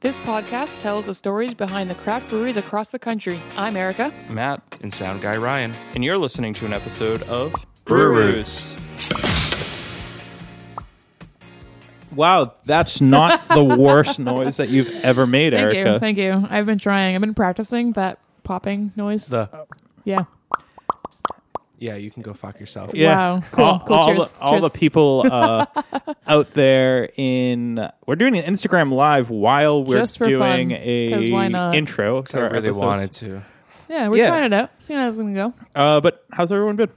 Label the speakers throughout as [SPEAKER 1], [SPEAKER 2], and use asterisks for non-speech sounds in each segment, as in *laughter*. [SPEAKER 1] This podcast tells the stories behind the craft breweries across the country. I'm Erica.
[SPEAKER 2] Matt,
[SPEAKER 3] and sound guy Ryan.
[SPEAKER 2] and you're listening to an episode of
[SPEAKER 3] Brew
[SPEAKER 2] Roots. Wow, that's *laughs* not the worst noise that you've ever made,
[SPEAKER 1] Thank
[SPEAKER 2] Erica.
[SPEAKER 1] you. Thank you. I've been trying. I've been practicing that popping noise.
[SPEAKER 3] The
[SPEAKER 1] yeah.
[SPEAKER 3] yeah, you can go fuck yourself.
[SPEAKER 1] Wow. Cool.
[SPEAKER 2] All,
[SPEAKER 1] Cool.
[SPEAKER 2] all
[SPEAKER 1] Cheers.
[SPEAKER 2] The, all
[SPEAKER 1] Cheers.
[SPEAKER 2] the people
[SPEAKER 1] *laughs*
[SPEAKER 2] uh, out there in we're doing an Instagram live while we're
[SPEAKER 1] Just for
[SPEAKER 2] doing
[SPEAKER 1] fun, 'cause
[SPEAKER 2] a
[SPEAKER 1] why not?
[SPEAKER 2] intro.
[SPEAKER 3] I really wanted to.
[SPEAKER 1] Yeah, we're
[SPEAKER 2] Yeah.
[SPEAKER 1] trying it out. Seeing how it's gonna go.
[SPEAKER 2] Uh, but how's everyone been?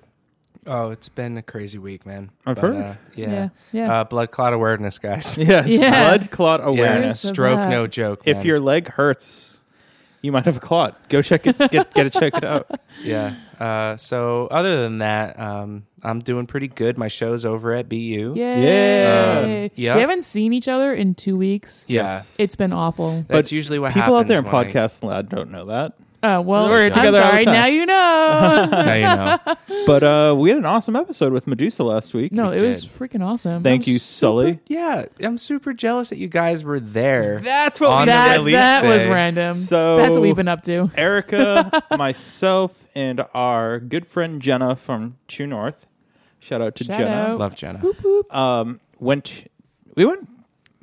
[SPEAKER 3] Oh, it's been a crazy week, man.
[SPEAKER 2] I've
[SPEAKER 3] But,
[SPEAKER 2] heard.
[SPEAKER 3] Uh, yeah.
[SPEAKER 1] Yeah, yeah.
[SPEAKER 3] Uh, blood clot awareness, *laughs*
[SPEAKER 2] *laughs*
[SPEAKER 3] guys.
[SPEAKER 2] Yes,
[SPEAKER 1] Yeah.
[SPEAKER 2] blood clot
[SPEAKER 1] Cheers
[SPEAKER 2] awareness.
[SPEAKER 1] to
[SPEAKER 3] Stroke,
[SPEAKER 1] that.
[SPEAKER 3] no joke.
[SPEAKER 2] If
[SPEAKER 3] man.
[SPEAKER 2] your leg hurts, you might have a clot. Go check it. Get get it
[SPEAKER 1] *laughs*
[SPEAKER 2] checked out.
[SPEAKER 3] yeah. Uh, so other than that, um, I'm doing pretty good. My show's over at BU.
[SPEAKER 1] Yay.
[SPEAKER 2] Uh,
[SPEAKER 3] Um, yeah.
[SPEAKER 1] We haven't seen each other in two weeks.
[SPEAKER 3] Yeah.
[SPEAKER 1] It's been awful.
[SPEAKER 3] That's usually what
[SPEAKER 2] People out
[SPEAKER 3] happens
[SPEAKER 2] there in
[SPEAKER 3] when I-
[SPEAKER 2] podcast land don't know that.
[SPEAKER 1] Uh, well,
[SPEAKER 2] We're
[SPEAKER 1] I'm
[SPEAKER 2] together all the
[SPEAKER 1] sorry.
[SPEAKER 2] time.
[SPEAKER 1] Now you
[SPEAKER 2] *laughs*
[SPEAKER 1] know.
[SPEAKER 3] Now
[SPEAKER 1] *laughs*
[SPEAKER 3] you know.
[SPEAKER 2] But uh, we had an awesome episode with Medusa last week.
[SPEAKER 1] no,
[SPEAKER 3] We
[SPEAKER 1] it was
[SPEAKER 3] did.
[SPEAKER 1] freaking awesome.
[SPEAKER 2] Thank you, Sully.
[SPEAKER 3] yeah, I'm super jealous that you guys were there.
[SPEAKER 2] That's
[SPEAKER 3] what we on the
[SPEAKER 1] That,
[SPEAKER 3] release
[SPEAKER 1] that was
[SPEAKER 3] day.
[SPEAKER 1] random.
[SPEAKER 2] So-
[SPEAKER 1] that's what we've been up to.
[SPEAKER 2] Erica, myself, and our good friend Jenna from True North. Shout out to
[SPEAKER 1] Shout
[SPEAKER 2] Jenna.
[SPEAKER 3] Love Jenna.
[SPEAKER 2] Um, went we went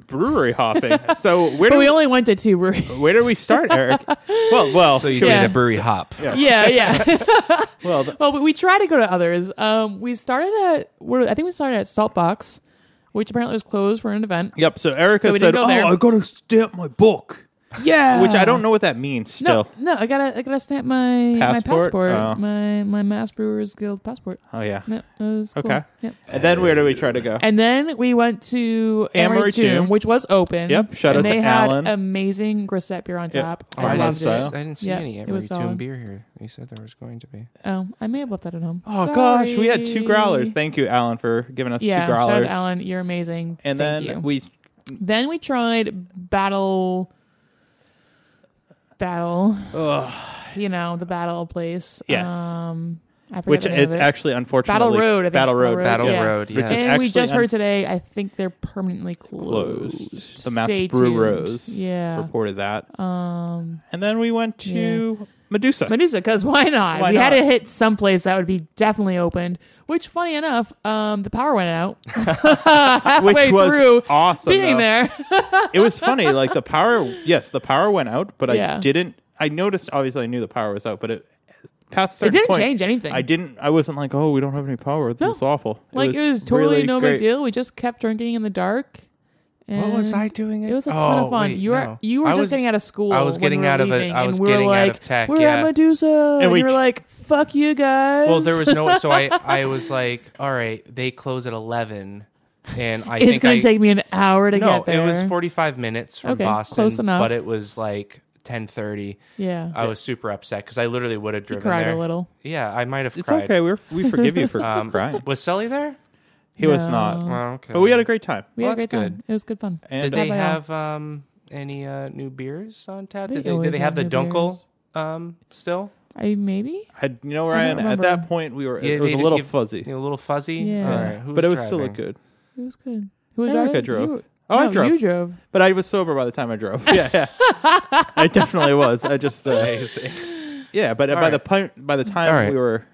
[SPEAKER 2] brewery hopping. so where
[SPEAKER 1] But
[SPEAKER 2] do
[SPEAKER 1] we
[SPEAKER 2] we,
[SPEAKER 1] only went to two
[SPEAKER 2] *laughs*
[SPEAKER 1] breweries.
[SPEAKER 2] where do we start, Eric? well, well,
[SPEAKER 3] So you
[SPEAKER 2] should we-
[SPEAKER 1] Yeah.
[SPEAKER 3] did a brewery hop.
[SPEAKER 1] yeah, yeah.
[SPEAKER 2] well, the-
[SPEAKER 1] well, but we try to go to others. Um, we started at we're, I think we started at Saltbox, which apparently was closed for an event.
[SPEAKER 2] yep. So Erica
[SPEAKER 1] So we didn't
[SPEAKER 2] said,
[SPEAKER 1] go
[SPEAKER 2] "Oh,
[SPEAKER 1] there.
[SPEAKER 2] I gotta stamp my book,"
[SPEAKER 1] Yeah,
[SPEAKER 2] which I don't know what that means. Still,
[SPEAKER 1] No, no, I gotta I gotta stamp my my
[SPEAKER 2] Passport?
[SPEAKER 1] passport,
[SPEAKER 2] Oh.
[SPEAKER 1] my my Mass Brewers Guild passport.
[SPEAKER 2] oh yeah.
[SPEAKER 1] Yeah, that was cool.
[SPEAKER 2] Okay.
[SPEAKER 1] Yep.
[SPEAKER 2] And then where do we try to go?
[SPEAKER 1] And then we went to
[SPEAKER 2] Amory
[SPEAKER 1] Amory Tomb,
[SPEAKER 2] Tomb.
[SPEAKER 1] which was open.
[SPEAKER 2] Yep, shout
[SPEAKER 1] and
[SPEAKER 2] out
[SPEAKER 1] they
[SPEAKER 2] to
[SPEAKER 1] had
[SPEAKER 2] Alan.
[SPEAKER 1] amazing grisette beer on
[SPEAKER 2] Yep.
[SPEAKER 1] tap.
[SPEAKER 2] Oh,
[SPEAKER 3] I,
[SPEAKER 1] I
[SPEAKER 2] Island
[SPEAKER 3] didn't,
[SPEAKER 1] loved
[SPEAKER 3] see-
[SPEAKER 2] style.
[SPEAKER 1] it.
[SPEAKER 3] I didn't see
[SPEAKER 1] Yeah,
[SPEAKER 3] any
[SPEAKER 1] it
[SPEAKER 3] Emery
[SPEAKER 1] was
[SPEAKER 3] Tomb
[SPEAKER 1] solid.
[SPEAKER 3] beer here. You said there was going to be.
[SPEAKER 1] Oh, I may have left that at home.
[SPEAKER 2] Oh gosh, we had two
[SPEAKER 1] Sorry.
[SPEAKER 2] growlers. Thank you, Alan, for giving us
[SPEAKER 1] Yeah,
[SPEAKER 2] two
[SPEAKER 1] shout out
[SPEAKER 2] growlers.
[SPEAKER 1] to Alan, you're amazing.
[SPEAKER 2] And
[SPEAKER 1] Thank
[SPEAKER 2] then
[SPEAKER 1] you.
[SPEAKER 2] we
[SPEAKER 1] Then we tried battle, battle. You know the battle place.
[SPEAKER 2] Yes.
[SPEAKER 1] Um, I forget
[SPEAKER 2] which
[SPEAKER 1] the name of
[SPEAKER 2] is
[SPEAKER 1] it.
[SPEAKER 2] actually unfortunately
[SPEAKER 1] Battle Road. I think.
[SPEAKER 2] Battle Road.
[SPEAKER 3] Battle
[SPEAKER 1] yeah.
[SPEAKER 3] Road,
[SPEAKER 2] Which
[SPEAKER 3] yeah.
[SPEAKER 2] is
[SPEAKER 1] And we
[SPEAKER 2] actually
[SPEAKER 1] just
[SPEAKER 2] un-
[SPEAKER 1] heard today. I think they're permanently closed.
[SPEAKER 2] closed. The Mass
[SPEAKER 1] Stay
[SPEAKER 2] Brew
[SPEAKER 1] tuned.
[SPEAKER 2] Rose
[SPEAKER 1] Yeah.
[SPEAKER 2] reported that.
[SPEAKER 1] Um,
[SPEAKER 2] And then we went to Medusa.
[SPEAKER 1] Medusa, because why not?
[SPEAKER 2] Why
[SPEAKER 1] we had
[SPEAKER 2] not?
[SPEAKER 1] to hit someplace that would be definitely opened. Which, funny enough, um, the power went
[SPEAKER 2] *laughs*
[SPEAKER 1] out
[SPEAKER 2] which
[SPEAKER 1] halfway
[SPEAKER 2] was
[SPEAKER 1] through.
[SPEAKER 2] awesome.
[SPEAKER 1] Being
[SPEAKER 2] though.
[SPEAKER 1] there,
[SPEAKER 2] It was funny. Like the power,
[SPEAKER 1] *laughs*
[SPEAKER 2] yes, the power went out, but I
[SPEAKER 1] Yeah.
[SPEAKER 2] didn't. I noticed. Obviously, I knew the power was out, but it past
[SPEAKER 1] it
[SPEAKER 2] a certain
[SPEAKER 1] didn't
[SPEAKER 2] point,
[SPEAKER 1] change anything.
[SPEAKER 2] I didn't. I wasn't like, oh, we don't have any power. This is awful.
[SPEAKER 1] Like it was, totally
[SPEAKER 2] really
[SPEAKER 1] no
[SPEAKER 2] great.
[SPEAKER 1] big deal. We just kept drinking in the dark.
[SPEAKER 3] What was
[SPEAKER 1] and
[SPEAKER 3] I doing?
[SPEAKER 1] It was a ton
[SPEAKER 3] Oh,
[SPEAKER 1] of fun.
[SPEAKER 3] wait,
[SPEAKER 1] you were
[SPEAKER 3] no.
[SPEAKER 1] you were
[SPEAKER 3] I
[SPEAKER 1] just
[SPEAKER 3] was-
[SPEAKER 1] getting out of school.
[SPEAKER 3] I was
[SPEAKER 1] when
[SPEAKER 3] getting
[SPEAKER 1] we were
[SPEAKER 3] out of a-
[SPEAKER 1] leaving,
[SPEAKER 3] I
[SPEAKER 1] and
[SPEAKER 3] was
[SPEAKER 1] we were
[SPEAKER 3] getting out
[SPEAKER 1] like,
[SPEAKER 3] of tech,
[SPEAKER 1] We're
[SPEAKER 3] yeah.
[SPEAKER 1] at Medusa, and,
[SPEAKER 2] we
[SPEAKER 1] you were
[SPEAKER 2] tr-
[SPEAKER 1] like, "Fuck you guys."
[SPEAKER 3] Well, there was no.
[SPEAKER 1] *laughs*
[SPEAKER 3] So I, I was like, all right, they close at eleven, and I
[SPEAKER 1] It's
[SPEAKER 3] think
[SPEAKER 1] gonna
[SPEAKER 3] I,
[SPEAKER 1] take me an hour to
[SPEAKER 3] no,
[SPEAKER 1] get there.
[SPEAKER 3] it was forty five minutes from
[SPEAKER 1] Okay,
[SPEAKER 3] Boston,
[SPEAKER 1] close enough.
[SPEAKER 3] but it was like ten thirty.
[SPEAKER 1] Yeah,
[SPEAKER 3] I was super upset because I literally would have
[SPEAKER 1] you
[SPEAKER 3] driven
[SPEAKER 1] cried
[SPEAKER 3] there.
[SPEAKER 1] a little.
[SPEAKER 3] Yeah, I might have
[SPEAKER 2] It's
[SPEAKER 3] cried.
[SPEAKER 2] okay. We're, we forgive you for
[SPEAKER 3] *laughs* Um,
[SPEAKER 2] crying.
[SPEAKER 3] Was Sully there?
[SPEAKER 2] He was not,
[SPEAKER 1] No.
[SPEAKER 3] Well, okay.
[SPEAKER 2] but we had a great time.
[SPEAKER 1] We
[SPEAKER 3] Well,
[SPEAKER 1] had a great
[SPEAKER 3] that's
[SPEAKER 1] time. It was good fun.
[SPEAKER 2] And
[SPEAKER 3] Did
[SPEAKER 2] uh,
[SPEAKER 3] they
[SPEAKER 1] Not bad.
[SPEAKER 3] have um any uh new beers on tap?
[SPEAKER 1] They
[SPEAKER 3] Did they,
[SPEAKER 1] always
[SPEAKER 3] did they
[SPEAKER 1] have
[SPEAKER 3] have the
[SPEAKER 1] new
[SPEAKER 3] Dunkel um still?
[SPEAKER 1] I maybe
[SPEAKER 2] had you know
[SPEAKER 1] don't
[SPEAKER 2] Ryan at
[SPEAKER 1] remember.
[SPEAKER 2] that point we were
[SPEAKER 3] Yeah,
[SPEAKER 2] it was
[SPEAKER 3] they
[SPEAKER 2] a
[SPEAKER 3] did
[SPEAKER 2] little
[SPEAKER 3] give-
[SPEAKER 2] fuzzy,
[SPEAKER 3] A little fuzzy.
[SPEAKER 1] Yeah.
[SPEAKER 3] All right. Who
[SPEAKER 2] but it was still
[SPEAKER 3] driving?
[SPEAKER 2] a good.
[SPEAKER 1] it was good. Who was
[SPEAKER 2] Erica
[SPEAKER 1] driving?
[SPEAKER 2] drove.
[SPEAKER 1] You,
[SPEAKER 2] Oh, I
[SPEAKER 1] no,
[SPEAKER 2] drove.
[SPEAKER 1] You drove.
[SPEAKER 2] But I was sober by the time I drove. *laughs* Yeah, yeah. I definitely was. I just uh,
[SPEAKER 3] Amazing. *laughs*
[SPEAKER 2] yeah, but
[SPEAKER 3] All
[SPEAKER 2] by the pun- by the time
[SPEAKER 3] All right.
[SPEAKER 2] we were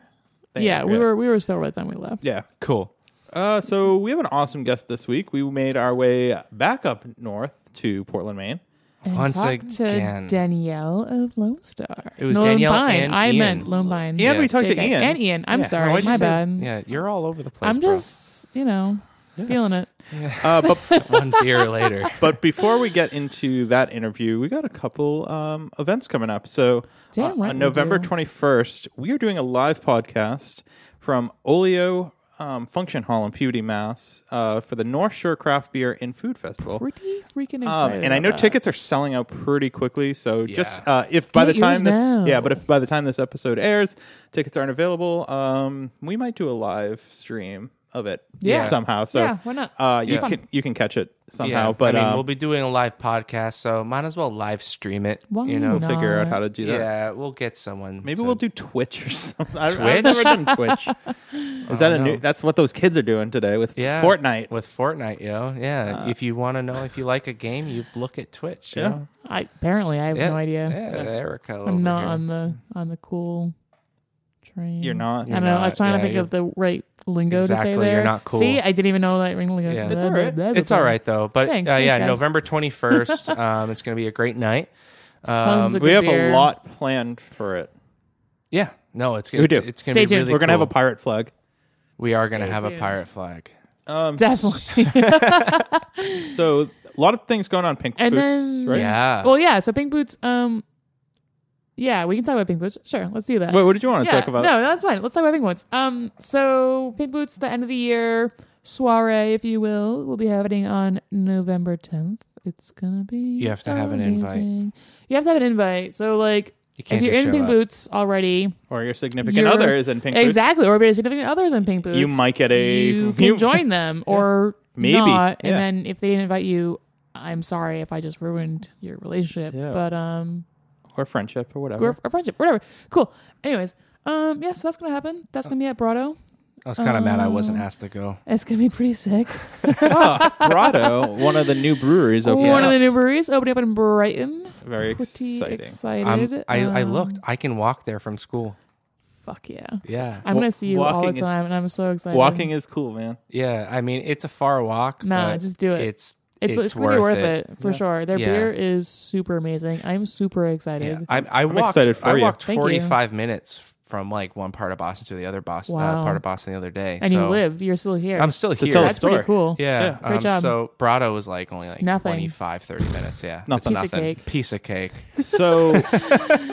[SPEAKER 2] there,
[SPEAKER 1] Yeah, we were we were still right then we left.
[SPEAKER 2] yeah.
[SPEAKER 3] cool.
[SPEAKER 2] Uh, so we have an awesome guest this week. We made our way back up north to Portland, Maine.
[SPEAKER 1] And
[SPEAKER 3] Once
[SPEAKER 1] talked
[SPEAKER 3] again.
[SPEAKER 1] to Danielle of Lone Star.
[SPEAKER 3] It was
[SPEAKER 1] Lone
[SPEAKER 3] Danielle
[SPEAKER 1] Pine.
[SPEAKER 3] and
[SPEAKER 1] I
[SPEAKER 3] Ian.
[SPEAKER 1] meant Lone Pine.
[SPEAKER 2] And we
[SPEAKER 3] Yes.
[SPEAKER 2] talked to
[SPEAKER 1] JK.
[SPEAKER 2] Ian.
[SPEAKER 1] And Ian. I'm
[SPEAKER 2] Yeah.
[SPEAKER 1] sorry.
[SPEAKER 3] Why'd you
[SPEAKER 1] My
[SPEAKER 3] say-
[SPEAKER 1] bad.
[SPEAKER 3] Yeah, you're all over the place.
[SPEAKER 1] I'm
[SPEAKER 3] bro.
[SPEAKER 1] just, you know, feeling it.
[SPEAKER 2] Uh, but
[SPEAKER 3] *laughs* one beer later.
[SPEAKER 2] but before we get into that interview, we got a couple um, events coming up. So
[SPEAKER 1] Damn
[SPEAKER 2] uh,
[SPEAKER 1] right
[SPEAKER 2] on
[SPEAKER 1] we
[SPEAKER 2] November
[SPEAKER 1] do.
[SPEAKER 2] 21st, we are doing a live podcast from Olio um, Function Hall in Peabody, Mass, uh, for the North Shore Craft Beer and Food Festival.
[SPEAKER 1] Pretty freaking excited.
[SPEAKER 2] Um, and I
[SPEAKER 1] about
[SPEAKER 2] know
[SPEAKER 1] that.
[SPEAKER 2] tickets are selling out pretty quickly. So just
[SPEAKER 3] Yeah.
[SPEAKER 2] uh, if by
[SPEAKER 1] Get
[SPEAKER 2] the time
[SPEAKER 1] yours
[SPEAKER 2] this
[SPEAKER 1] now.
[SPEAKER 2] yeah, but if by the time this episode airs, tickets aren't available. Um, we might do a live stream of it
[SPEAKER 1] Yeah.
[SPEAKER 2] somehow. So
[SPEAKER 1] Yeah, why not?
[SPEAKER 2] Uh, you
[SPEAKER 1] Yeah.
[SPEAKER 2] can you can catch it *laughs* somehow.
[SPEAKER 3] Yeah,
[SPEAKER 2] But
[SPEAKER 3] I mean,
[SPEAKER 2] um,
[SPEAKER 3] we'll be doing a live podcast, so might as well live stream it.
[SPEAKER 1] Why
[SPEAKER 3] you know,
[SPEAKER 1] not?
[SPEAKER 2] figure out
[SPEAKER 1] No.
[SPEAKER 2] how to do that.
[SPEAKER 3] yeah, we'll get someone.
[SPEAKER 2] Maybe
[SPEAKER 3] to-
[SPEAKER 2] we'll do Twitch or something. I-
[SPEAKER 3] Twitch?
[SPEAKER 2] I've never done *laughs* Twitch. Is that a
[SPEAKER 3] don't
[SPEAKER 2] new?
[SPEAKER 3] know.
[SPEAKER 2] That's what those kids are doing today with
[SPEAKER 3] yeah,
[SPEAKER 2] Fortnite. Uh,
[SPEAKER 3] with Fortnite, yo. Yeah, if you want to know if you like a game, you look at Twitch.
[SPEAKER 2] yeah.
[SPEAKER 3] Yeah,
[SPEAKER 1] I apparently I have
[SPEAKER 3] Yeah,
[SPEAKER 1] no idea.
[SPEAKER 3] Yeah, Erica. over
[SPEAKER 1] I'm not
[SPEAKER 3] here.
[SPEAKER 1] on the on the cool train.
[SPEAKER 2] You're not.
[SPEAKER 1] I
[SPEAKER 3] You're
[SPEAKER 1] don't know. I was
[SPEAKER 3] not.
[SPEAKER 1] trying
[SPEAKER 3] Yeah,
[SPEAKER 1] to think
[SPEAKER 3] you're-
[SPEAKER 1] of the right lingo
[SPEAKER 3] Exactly,
[SPEAKER 1] to say
[SPEAKER 3] you're
[SPEAKER 1] there.
[SPEAKER 3] not cool.
[SPEAKER 1] See, I didn't even know that ring lingo.
[SPEAKER 3] Yeah.
[SPEAKER 2] It's all right.
[SPEAKER 3] It's all right though. But
[SPEAKER 1] Thanks,
[SPEAKER 3] uh,
[SPEAKER 1] thanks,
[SPEAKER 3] yeah,
[SPEAKER 1] guys. *laughs*
[SPEAKER 3] November 21st. um, it's going to be a great night.
[SPEAKER 1] Tons
[SPEAKER 3] Um,
[SPEAKER 1] of-
[SPEAKER 2] We have
[SPEAKER 1] beer.
[SPEAKER 2] a lot planned for it.
[SPEAKER 3] yeah. No, it's
[SPEAKER 2] We
[SPEAKER 3] it's,
[SPEAKER 2] do.
[SPEAKER 3] it's going
[SPEAKER 1] Stay
[SPEAKER 3] to be
[SPEAKER 1] tuned.
[SPEAKER 3] really
[SPEAKER 2] We're gonna have a
[SPEAKER 3] cool.
[SPEAKER 2] pirate flag.
[SPEAKER 3] we are going to have a
[SPEAKER 1] tuned.
[SPEAKER 3] pirate flag.
[SPEAKER 2] Um,
[SPEAKER 1] Definitely.
[SPEAKER 3] *laughs*
[SPEAKER 1] *laughs*
[SPEAKER 2] So a lot of things going on. Pink
[SPEAKER 1] And
[SPEAKER 2] boots,
[SPEAKER 1] then-
[SPEAKER 2] right?
[SPEAKER 3] Yeah.
[SPEAKER 1] well, yeah. So pink boots. Um, yeah, we can talk about pink boots. Sure, let's do that.
[SPEAKER 2] Wait, what did you want to
[SPEAKER 1] yeah,
[SPEAKER 2] talk about?
[SPEAKER 1] No, that's fine. Let's talk about pink boots. Um, so pink boots, the end of the year soiree, if you will, will be happening on November 10th. It's gonna be.
[SPEAKER 3] You have to have an invite.
[SPEAKER 1] amazing. You have to have an invite. So like,
[SPEAKER 3] You can't
[SPEAKER 1] if you're
[SPEAKER 3] just
[SPEAKER 1] in
[SPEAKER 3] show
[SPEAKER 1] pink
[SPEAKER 3] up.
[SPEAKER 1] boots already,
[SPEAKER 2] Or your significant
[SPEAKER 1] Your-
[SPEAKER 2] other is in pink
[SPEAKER 1] exactly, or if your significant others in pink
[SPEAKER 2] boots.
[SPEAKER 1] boots,
[SPEAKER 2] You might get a. *laughs*
[SPEAKER 1] you can join them or
[SPEAKER 2] Maybe,
[SPEAKER 1] not. And
[SPEAKER 2] yeah.
[SPEAKER 1] then if they didn't invite you, I'm sorry if I just ruined your relationship.
[SPEAKER 2] Yeah.
[SPEAKER 1] But um,
[SPEAKER 2] or friendship or whatever.
[SPEAKER 1] or, or friendship, whatever. Cool. Anyways, um, yeah, so that's gonna happen. That's gonna be at Brado.
[SPEAKER 3] I was kind of mad I
[SPEAKER 1] um,
[SPEAKER 3] wasn't asked to go.
[SPEAKER 1] It's gonna be pretty sick.
[SPEAKER 2] *laughs* Ah, Grotto, one of the new breweries opening.
[SPEAKER 1] One of the
[SPEAKER 2] up.
[SPEAKER 1] new breweries opening up in Brighton.
[SPEAKER 2] Very
[SPEAKER 1] Pretty
[SPEAKER 2] exciting.
[SPEAKER 1] excited.
[SPEAKER 3] I'm, I, I
[SPEAKER 1] Um,
[SPEAKER 3] looked. I can walk there from school.
[SPEAKER 1] Fuck yeah!
[SPEAKER 3] Yeah.
[SPEAKER 1] I'm
[SPEAKER 2] Wa-
[SPEAKER 1] gonna see you all the
[SPEAKER 2] walking is-
[SPEAKER 1] time, and I'm so excited.
[SPEAKER 2] Walking is cool, man.
[SPEAKER 3] Yeah. I mean, it's a far walk.
[SPEAKER 1] Nah,
[SPEAKER 3] but
[SPEAKER 1] just do it.
[SPEAKER 3] It's
[SPEAKER 1] It's, it's, gonna be worth it, for
[SPEAKER 2] Yeah.
[SPEAKER 1] sure. Their
[SPEAKER 3] Yeah.
[SPEAKER 1] beer is super amazing. I'm super
[SPEAKER 3] Yeah.
[SPEAKER 1] excited.
[SPEAKER 3] I, I walked,
[SPEAKER 2] excited for
[SPEAKER 3] I
[SPEAKER 2] you.
[SPEAKER 3] walked
[SPEAKER 1] Thank you.
[SPEAKER 3] 45 minutes from like one part of Boston to the other Boston uh,
[SPEAKER 1] Wow.
[SPEAKER 3] part of Boston the other day.
[SPEAKER 1] and you
[SPEAKER 3] So
[SPEAKER 1] live. You're still here.
[SPEAKER 3] I'm still here.
[SPEAKER 2] tell
[SPEAKER 1] That's pretty
[SPEAKER 2] Story.
[SPEAKER 1] cool.
[SPEAKER 3] Yeah.
[SPEAKER 1] Great
[SPEAKER 3] um,
[SPEAKER 1] job.
[SPEAKER 3] So Brado was like only like
[SPEAKER 1] Nothing.
[SPEAKER 3] 25, 30 minutes. Yeah.
[SPEAKER 2] Nothing.
[SPEAKER 3] It's
[SPEAKER 1] Piece of cake.
[SPEAKER 3] Piece
[SPEAKER 1] *laughs*
[SPEAKER 3] of cake.
[SPEAKER 2] So,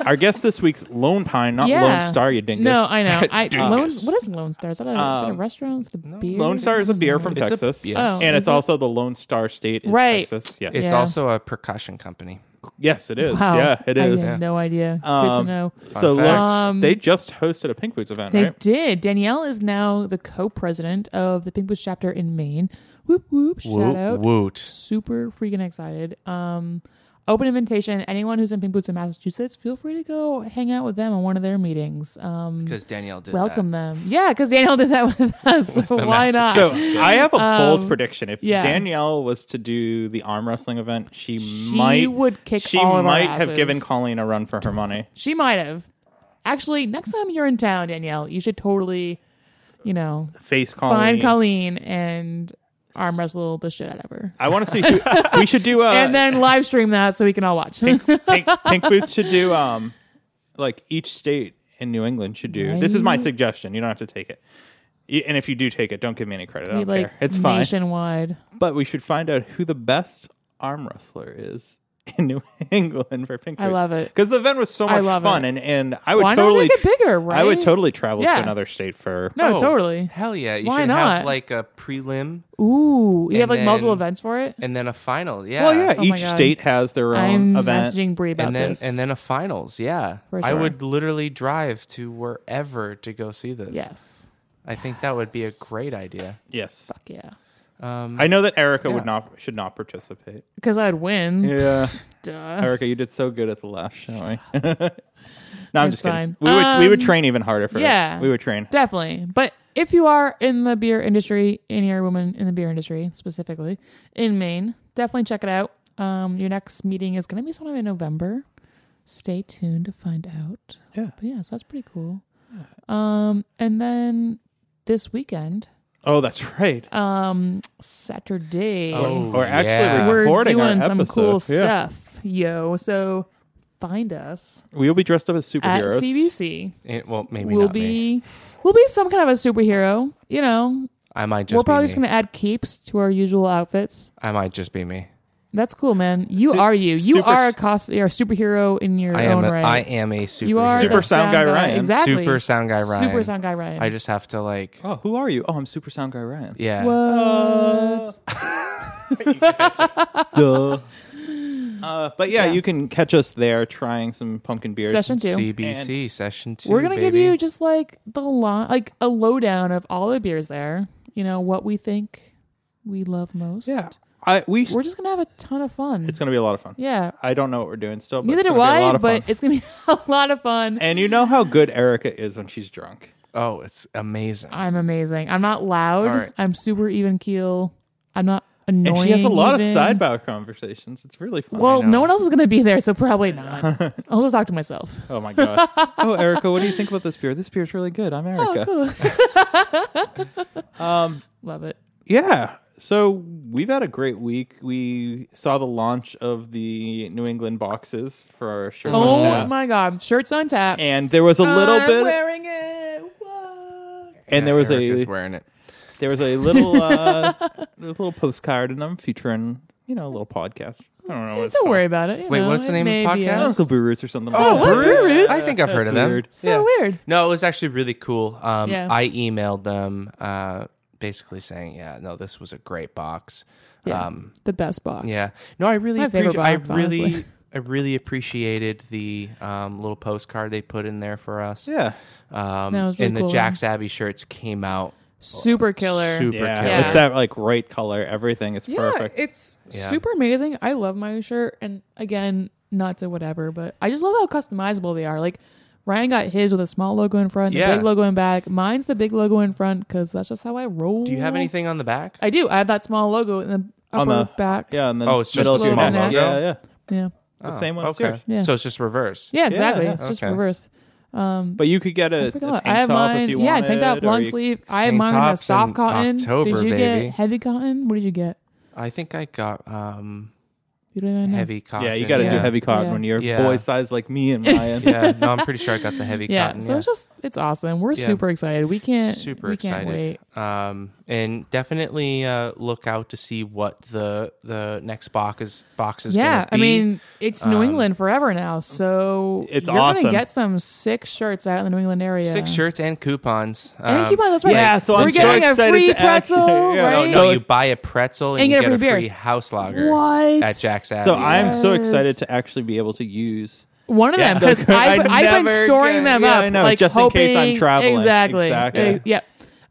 [SPEAKER 2] our guest this week's Lone Pine, not Lone
[SPEAKER 1] Yeah.
[SPEAKER 2] Star, you dingus.
[SPEAKER 1] No, I know.
[SPEAKER 2] *laughs*
[SPEAKER 1] I
[SPEAKER 3] Dingus.
[SPEAKER 1] Lone, what is Lone Star? Is that a, is that a
[SPEAKER 2] Um,
[SPEAKER 1] restaurant? Is it a beer?
[SPEAKER 2] Lone Star is a beer from
[SPEAKER 3] It's a-
[SPEAKER 2] Texas.
[SPEAKER 3] yes.
[SPEAKER 1] Oh.
[SPEAKER 2] And
[SPEAKER 1] Is
[SPEAKER 2] it's
[SPEAKER 1] it?
[SPEAKER 2] also the Lone Star State is
[SPEAKER 1] Right.
[SPEAKER 2] Texas. Yes.
[SPEAKER 3] It's
[SPEAKER 1] Yeah.
[SPEAKER 3] also a percussion company.
[SPEAKER 2] yes, it is.
[SPEAKER 1] Wow.
[SPEAKER 2] Yeah, it
[SPEAKER 1] I
[SPEAKER 2] is.
[SPEAKER 1] had no idea. Good to
[SPEAKER 2] Um,
[SPEAKER 1] know.
[SPEAKER 2] So,
[SPEAKER 3] Fun
[SPEAKER 2] Lone,
[SPEAKER 3] facts.
[SPEAKER 1] Um,
[SPEAKER 2] they just hosted a Pink Boots event,
[SPEAKER 1] They
[SPEAKER 2] right?
[SPEAKER 1] did. Danielle is now the co-president of the Pink Boots chapter in Maine. Whoop whoop! Shout
[SPEAKER 3] Woot,
[SPEAKER 1] out.
[SPEAKER 3] Woot.
[SPEAKER 1] Super freaking excited. Um, open invitation. Anyone who's in Pink Boots in Massachusetts, feel free to go hang out with them on one of their meetings. Um,
[SPEAKER 3] Because Danielle
[SPEAKER 2] uh,
[SPEAKER 3] did
[SPEAKER 1] welcome them. Yeah, because Danielle did that with *laughs* us. So why not?
[SPEAKER 2] So I have a bold
[SPEAKER 1] Um,
[SPEAKER 2] prediction. If
[SPEAKER 1] yeah.
[SPEAKER 2] Danielle was to do the arm wrestling event, she,
[SPEAKER 1] She
[SPEAKER 2] might
[SPEAKER 1] would kick
[SPEAKER 2] she
[SPEAKER 1] all of our
[SPEAKER 2] might have
[SPEAKER 1] asses.
[SPEAKER 2] given Colleen a run for her money.
[SPEAKER 1] She might have. Actually, next time you're in town, Danielle, you should totally, you know,
[SPEAKER 2] Face
[SPEAKER 1] find
[SPEAKER 2] Colleen.
[SPEAKER 1] Colleen and arm wrestle the shit out of her.
[SPEAKER 2] I want to see. Who, we
[SPEAKER 1] *laughs*
[SPEAKER 2] should do a
[SPEAKER 1] and then live stream that so we can all watch.
[SPEAKER 2] Pink, Pink Boots should do um like each state in New England should do. This is my
[SPEAKER 1] Right.
[SPEAKER 2] suggestion. You don't have to take it. Y- And if you do take it, don't give me any credit. I
[SPEAKER 1] Be,
[SPEAKER 2] don't
[SPEAKER 1] like
[SPEAKER 2] care. It's fine.
[SPEAKER 1] nationwide.
[SPEAKER 2] But we should find out who the best arm wrestler is *laughs* in New England for Pink
[SPEAKER 1] I
[SPEAKER 2] Boots.
[SPEAKER 1] love it.
[SPEAKER 2] because the event was so
[SPEAKER 1] I
[SPEAKER 2] much
[SPEAKER 1] love
[SPEAKER 2] fun,
[SPEAKER 1] it.
[SPEAKER 2] and and I would
[SPEAKER 1] Why
[SPEAKER 2] totally
[SPEAKER 1] not make it bigger? Right?
[SPEAKER 2] I would totally travel
[SPEAKER 1] Yeah.
[SPEAKER 2] to another state for
[SPEAKER 1] No,
[SPEAKER 3] Oh,
[SPEAKER 1] totally.
[SPEAKER 3] Hell yeah. You
[SPEAKER 1] Why
[SPEAKER 3] should
[SPEAKER 1] not?
[SPEAKER 3] have like a prelim
[SPEAKER 1] Ooh, you have
[SPEAKER 3] And
[SPEAKER 1] like multiple
[SPEAKER 3] then-
[SPEAKER 1] events for it.
[SPEAKER 3] and then a final. Yeah.
[SPEAKER 2] Well, yeah,
[SPEAKER 1] Oh my
[SPEAKER 2] each
[SPEAKER 1] God.
[SPEAKER 2] state has their
[SPEAKER 1] I'm
[SPEAKER 2] own event.
[SPEAKER 1] messaging Brie about
[SPEAKER 3] and then
[SPEAKER 1] this.
[SPEAKER 3] and then a finals. Yeah,
[SPEAKER 1] For
[SPEAKER 3] I
[SPEAKER 1] sure.
[SPEAKER 3] would literally drive to wherever to go see this.
[SPEAKER 1] yes,
[SPEAKER 3] I think that would be a great idea.
[SPEAKER 2] Yes,
[SPEAKER 1] fuck yeah,
[SPEAKER 3] Um,
[SPEAKER 2] I know that Erica
[SPEAKER 3] Yeah.
[SPEAKER 2] would not should not participate.
[SPEAKER 1] because I'd win.
[SPEAKER 2] Yeah.
[SPEAKER 1] *laughs* Duh.
[SPEAKER 2] *laughs* Erica, you did so good at the last
[SPEAKER 1] *laughs*
[SPEAKER 2] show. *laughs* no, I'm
[SPEAKER 1] It's
[SPEAKER 2] just kidding.
[SPEAKER 1] fine.
[SPEAKER 2] We would we would
[SPEAKER 1] Um,
[SPEAKER 2] train even harder for
[SPEAKER 1] yeah.
[SPEAKER 2] it. We would train.
[SPEAKER 1] Definitely. But if you are in the beer industry and you're a woman in the beer industry specifically in Maine, definitely check it out. Um, your next meeting is going to be sometime in November. Stay tuned to find out.
[SPEAKER 2] Yeah.
[SPEAKER 1] But yeah, so that's pretty cool. Um, and then this weekend,
[SPEAKER 2] Oh, that's right.
[SPEAKER 1] um, Saturday,
[SPEAKER 3] Oh,
[SPEAKER 2] Or actually
[SPEAKER 3] yeah.
[SPEAKER 1] we're
[SPEAKER 2] recording our
[SPEAKER 1] doing some cool
[SPEAKER 2] episode. Yeah.
[SPEAKER 1] stuff, yo. So find us
[SPEAKER 2] We'll be dressed up as
[SPEAKER 1] at
[SPEAKER 2] superheroes.
[SPEAKER 1] CBC.
[SPEAKER 3] Eh, well, maybe
[SPEAKER 1] we'll
[SPEAKER 3] not me.
[SPEAKER 1] be we'll be some kind of a superhero, you know.
[SPEAKER 3] I might
[SPEAKER 1] We're
[SPEAKER 3] just.
[SPEAKER 1] probably
[SPEAKER 3] be
[SPEAKER 1] just
[SPEAKER 3] me.
[SPEAKER 1] gonna add capes to our usual outfits.
[SPEAKER 3] I might just be me.
[SPEAKER 1] That's cool, man. You
[SPEAKER 2] Su-
[SPEAKER 1] are you. You
[SPEAKER 2] super-
[SPEAKER 1] are a cost. You're a superhero in your
[SPEAKER 3] I am.
[SPEAKER 1] own
[SPEAKER 3] A,
[SPEAKER 1] right.
[SPEAKER 3] I am a super.
[SPEAKER 1] you are
[SPEAKER 2] Super
[SPEAKER 1] the
[SPEAKER 2] sound guy Ryan.
[SPEAKER 1] Exactly.
[SPEAKER 3] Super sound guy Ryan.
[SPEAKER 1] Super sound guy Ryan.
[SPEAKER 3] I just have to like.
[SPEAKER 2] Oh, who are you? Oh, I'm Super Sound Guy Ryan.
[SPEAKER 3] Yeah.
[SPEAKER 2] *laughs*
[SPEAKER 1] what?
[SPEAKER 2] Duh. Uh, but yeah,
[SPEAKER 1] Yeah.
[SPEAKER 2] you can catch us there trying some pumpkin beers.
[SPEAKER 1] Session two.
[SPEAKER 3] CBC session two.
[SPEAKER 1] We're gonna give
[SPEAKER 3] baby.
[SPEAKER 1] you just like the lo- like a lowdown of all the beers there. You know what we think we love most.
[SPEAKER 2] Yeah, I, we.
[SPEAKER 1] We're just gonna have a ton of fun.
[SPEAKER 2] it's gonna be a lot of fun.
[SPEAKER 1] yeah.
[SPEAKER 2] I don't know what we're doing still. But
[SPEAKER 1] Neither
[SPEAKER 2] it's
[SPEAKER 1] do
[SPEAKER 2] gonna Be a lot
[SPEAKER 1] I,
[SPEAKER 2] of
[SPEAKER 1] but
[SPEAKER 2] fun.
[SPEAKER 1] it's gonna be *laughs* a lot of fun.
[SPEAKER 2] and you know how good Erica is when she's drunk.
[SPEAKER 3] Oh, it's amazing.
[SPEAKER 1] I'm amazing. I'm not loud.
[SPEAKER 3] All right.
[SPEAKER 1] I'm super even keel. I'm not annoying.
[SPEAKER 2] and she has a lot
[SPEAKER 1] even.
[SPEAKER 2] of sidebar conversations. It's really fun.
[SPEAKER 1] Well,
[SPEAKER 3] know.
[SPEAKER 1] no one else is going to be there, so probably
[SPEAKER 2] *laughs*
[SPEAKER 1] not. I'll just talk to myself.
[SPEAKER 2] oh my
[SPEAKER 1] *laughs*
[SPEAKER 2] gosh. oh, Erica, what do you think about this beer? This beer's really good. I'm Erica.
[SPEAKER 1] Oh, cool.
[SPEAKER 2] *laughs* Um,
[SPEAKER 1] Love it.
[SPEAKER 2] yeah. So we've had a great week. We saw the launch of the New England boxes for our shirts. on
[SPEAKER 1] Oh
[SPEAKER 2] tap.
[SPEAKER 1] my God. Shirts on tap.
[SPEAKER 2] And there was a little
[SPEAKER 1] I'm
[SPEAKER 2] bit.
[SPEAKER 1] wearing it. Whoa.
[SPEAKER 2] and there was
[SPEAKER 3] Erica's
[SPEAKER 2] a
[SPEAKER 3] wearing it.
[SPEAKER 2] there was a little
[SPEAKER 1] *laughs*
[SPEAKER 2] uh, there was a little postcard, and I'm featuring you know a little podcast. I don't know. What Oh, it's
[SPEAKER 1] Don't
[SPEAKER 2] called.
[SPEAKER 1] worry about it. you
[SPEAKER 3] Wait,
[SPEAKER 1] know,
[SPEAKER 3] what's the
[SPEAKER 1] it
[SPEAKER 3] name of the
[SPEAKER 1] may be
[SPEAKER 3] podcast?
[SPEAKER 1] a-
[SPEAKER 2] Uncle Boo Roots or something.
[SPEAKER 3] Oh,
[SPEAKER 2] like that.
[SPEAKER 3] Brewers?
[SPEAKER 1] Brewers?
[SPEAKER 3] I think I've heard
[SPEAKER 2] That's
[SPEAKER 3] of them.
[SPEAKER 2] weird.
[SPEAKER 1] So weird.
[SPEAKER 3] No, it was actually really cool. Um,
[SPEAKER 1] Yeah.
[SPEAKER 3] I emailed them uh, basically saying, "Yeah, no, this was a great box."
[SPEAKER 1] Yeah.
[SPEAKER 3] Um,
[SPEAKER 1] The best box.
[SPEAKER 3] yeah. No, I really,
[SPEAKER 1] My favorite
[SPEAKER 3] appreci- I
[SPEAKER 1] box,
[SPEAKER 3] really,
[SPEAKER 1] honestly.
[SPEAKER 3] I really appreciated the um, little postcard they put in there for us.
[SPEAKER 2] Yeah.
[SPEAKER 3] Um,
[SPEAKER 1] That was really
[SPEAKER 3] and the
[SPEAKER 1] cool.
[SPEAKER 3] Jack's Abbey shirts came out
[SPEAKER 1] Super killer.
[SPEAKER 3] Super
[SPEAKER 2] Yeah.
[SPEAKER 3] killer.
[SPEAKER 1] Yeah.
[SPEAKER 2] It's that like right color, everything. It's
[SPEAKER 1] Yeah,
[SPEAKER 2] perfect.
[SPEAKER 1] it's
[SPEAKER 3] Yeah.
[SPEAKER 1] super amazing. I love my shirt, and again, not to whatever, but I just love how customizable they are. Like Ryan got his with a small logo in front,
[SPEAKER 3] Yeah.
[SPEAKER 1] the big logo in back. Mine's the big logo in front because that's just how I roll.
[SPEAKER 3] Do you have anything on the back?
[SPEAKER 1] I do. I have that small logo in the upper
[SPEAKER 2] On the-
[SPEAKER 1] back.
[SPEAKER 2] yeah, and then
[SPEAKER 3] Oh, it's just
[SPEAKER 2] middle of
[SPEAKER 1] a
[SPEAKER 2] your
[SPEAKER 1] small
[SPEAKER 2] neck.
[SPEAKER 1] logo?
[SPEAKER 2] Yeah, yeah.
[SPEAKER 1] yeah,
[SPEAKER 2] It's the same one. as
[SPEAKER 3] Oh, Okay.
[SPEAKER 2] yours.
[SPEAKER 1] Yeah.
[SPEAKER 3] So it's just reverse.
[SPEAKER 1] Yeah, exactly.
[SPEAKER 2] yeah,
[SPEAKER 1] it's just
[SPEAKER 3] okay.
[SPEAKER 1] reversed. Um,
[SPEAKER 2] But you could get
[SPEAKER 1] I
[SPEAKER 2] a, a
[SPEAKER 1] freaking
[SPEAKER 2] tank
[SPEAKER 1] love
[SPEAKER 2] top
[SPEAKER 1] it. I have
[SPEAKER 2] if
[SPEAKER 1] mine.
[SPEAKER 2] you
[SPEAKER 1] Yeah,
[SPEAKER 2] want.
[SPEAKER 1] tank top,
[SPEAKER 2] it, or
[SPEAKER 1] long
[SPEAKER 2] you-
[SPEAKER 1] sleeve. I have
[SPEAKER 3] Tank
[SPEAKER 1] mine in a
[SPEAKER 3] tops
[SPEAKER 1] soft
[SPEAKER 3] in
[SPEAKER 1] cotton.
[SPEAKER 3] October,
[SPEAKER 1] Did you
[SPEAKER 3] baby.
[SPEAKER 1] get heavy cotton? What did you get?
[SPEAKER 3] I think I got um,
[SPEAKER 1] You don't even know.
[SPEAKER 3] heavy cotton.
[SPEAKER 2] Yeah, you got to do
[SPEAKER 1] Yeah.
[SPEAKER 2] heavy cotton
[SPEAKER 1] Yeah.
[SPEAKER 2] when you're
[SPEAKER 3] Yeah.
[SPEAKER 2] boy size like me
[SPEAKER 1] *laughs*
[SPEAKER 2] and Ryan.
[SPEAKER 3] yeah, no, I'm pretty sure I got the heavy
[SPEAKER 1] Yeah,
[SPEAKER 3] cotton.
[SPEAKER 1] so
[SPEAKER 3] yeah.
[SPEAKER 1] it's just it's awesome. We're
[SPEAKER 3] Yeah.
[SPEAKER 1] super excited. We can't
[SPEAKER 3] super
[SPEAKER 1] we
[SPEAKER 3] excited
[SPEAKER 1] Can't wait.
[SPEAKER 3] um and definitely uh look out to see what the the next box is box is
[SPEAKER 1] Yeah,
[SPEAKER 3] gonna be.
[SPEAKER 1] I mean it's New
[SPEAKER 3] Um,
[SPEAKER 1] England forever now, so
[SPEAKER 2] it's
[SPEAKER 1] you're
[SPEAKER 2] awesome.
[SPEAKER 1] gonna get some sick shirts out in the New England area.
[SPEAKER 3] six shirts and coupons
[SPEAKER 1] And
[SPEAKER 3] Um, oh,
[SPEAKER 1] keep on that's right.
[SPEAKER 2] yeah, so
[SPEAKER 1] we're
[SPEAKER 2] I'm so
[SPEAKER 1] getting a
[SPEAKER 2] excited
[SPEAKER 1] free
[SPEAKER 2] to act-
[SPEAKER 1] pretzel,
[SPEAKER 2] *laughs* Yeah.
[SPEAKER 3] no,
[SPEAKER 1] right?
[SPEAKER 3] no,
[SPEAKER 2] So-
[SPEAKER 3] you buy a pretzel and, you get, a free
[SPEAKER 1] beer.
[SPEAKER 3] house lager
[SPEAKER 1] What?
[SPEAKER 3] at jack's Abbey.
[SPEAKER 2] So I'm so excited
[SPEAKER 1] Yes.
[SPEAKER 2] to actually be able to use.
[SPEAKER 1] One of them
[SPEAKER 2] Yeah.
[SPEAKER 1] because I've,
[SPEAKER 2] *laughs* I
[SPEAKER 1] I've
[SPEAKER 2] never
[SPEAKER 1] been storing
[SPEAKER 2] get-
[SPEAKER 1] them
[SPEAKER 2] yeah,
[SPEAKER 1] up,
[SPEAKER 2] I know,
[SPEAKER 1] like
[SPEAKER 2] just in case I'm
[SPEAKER 1] hoping-
[SPEAKER 2] traveling.
[SPEAKER 1] Exactly.
[SPEAKER 2] Exactly.
[SPEAKER 1] Eh, Yep.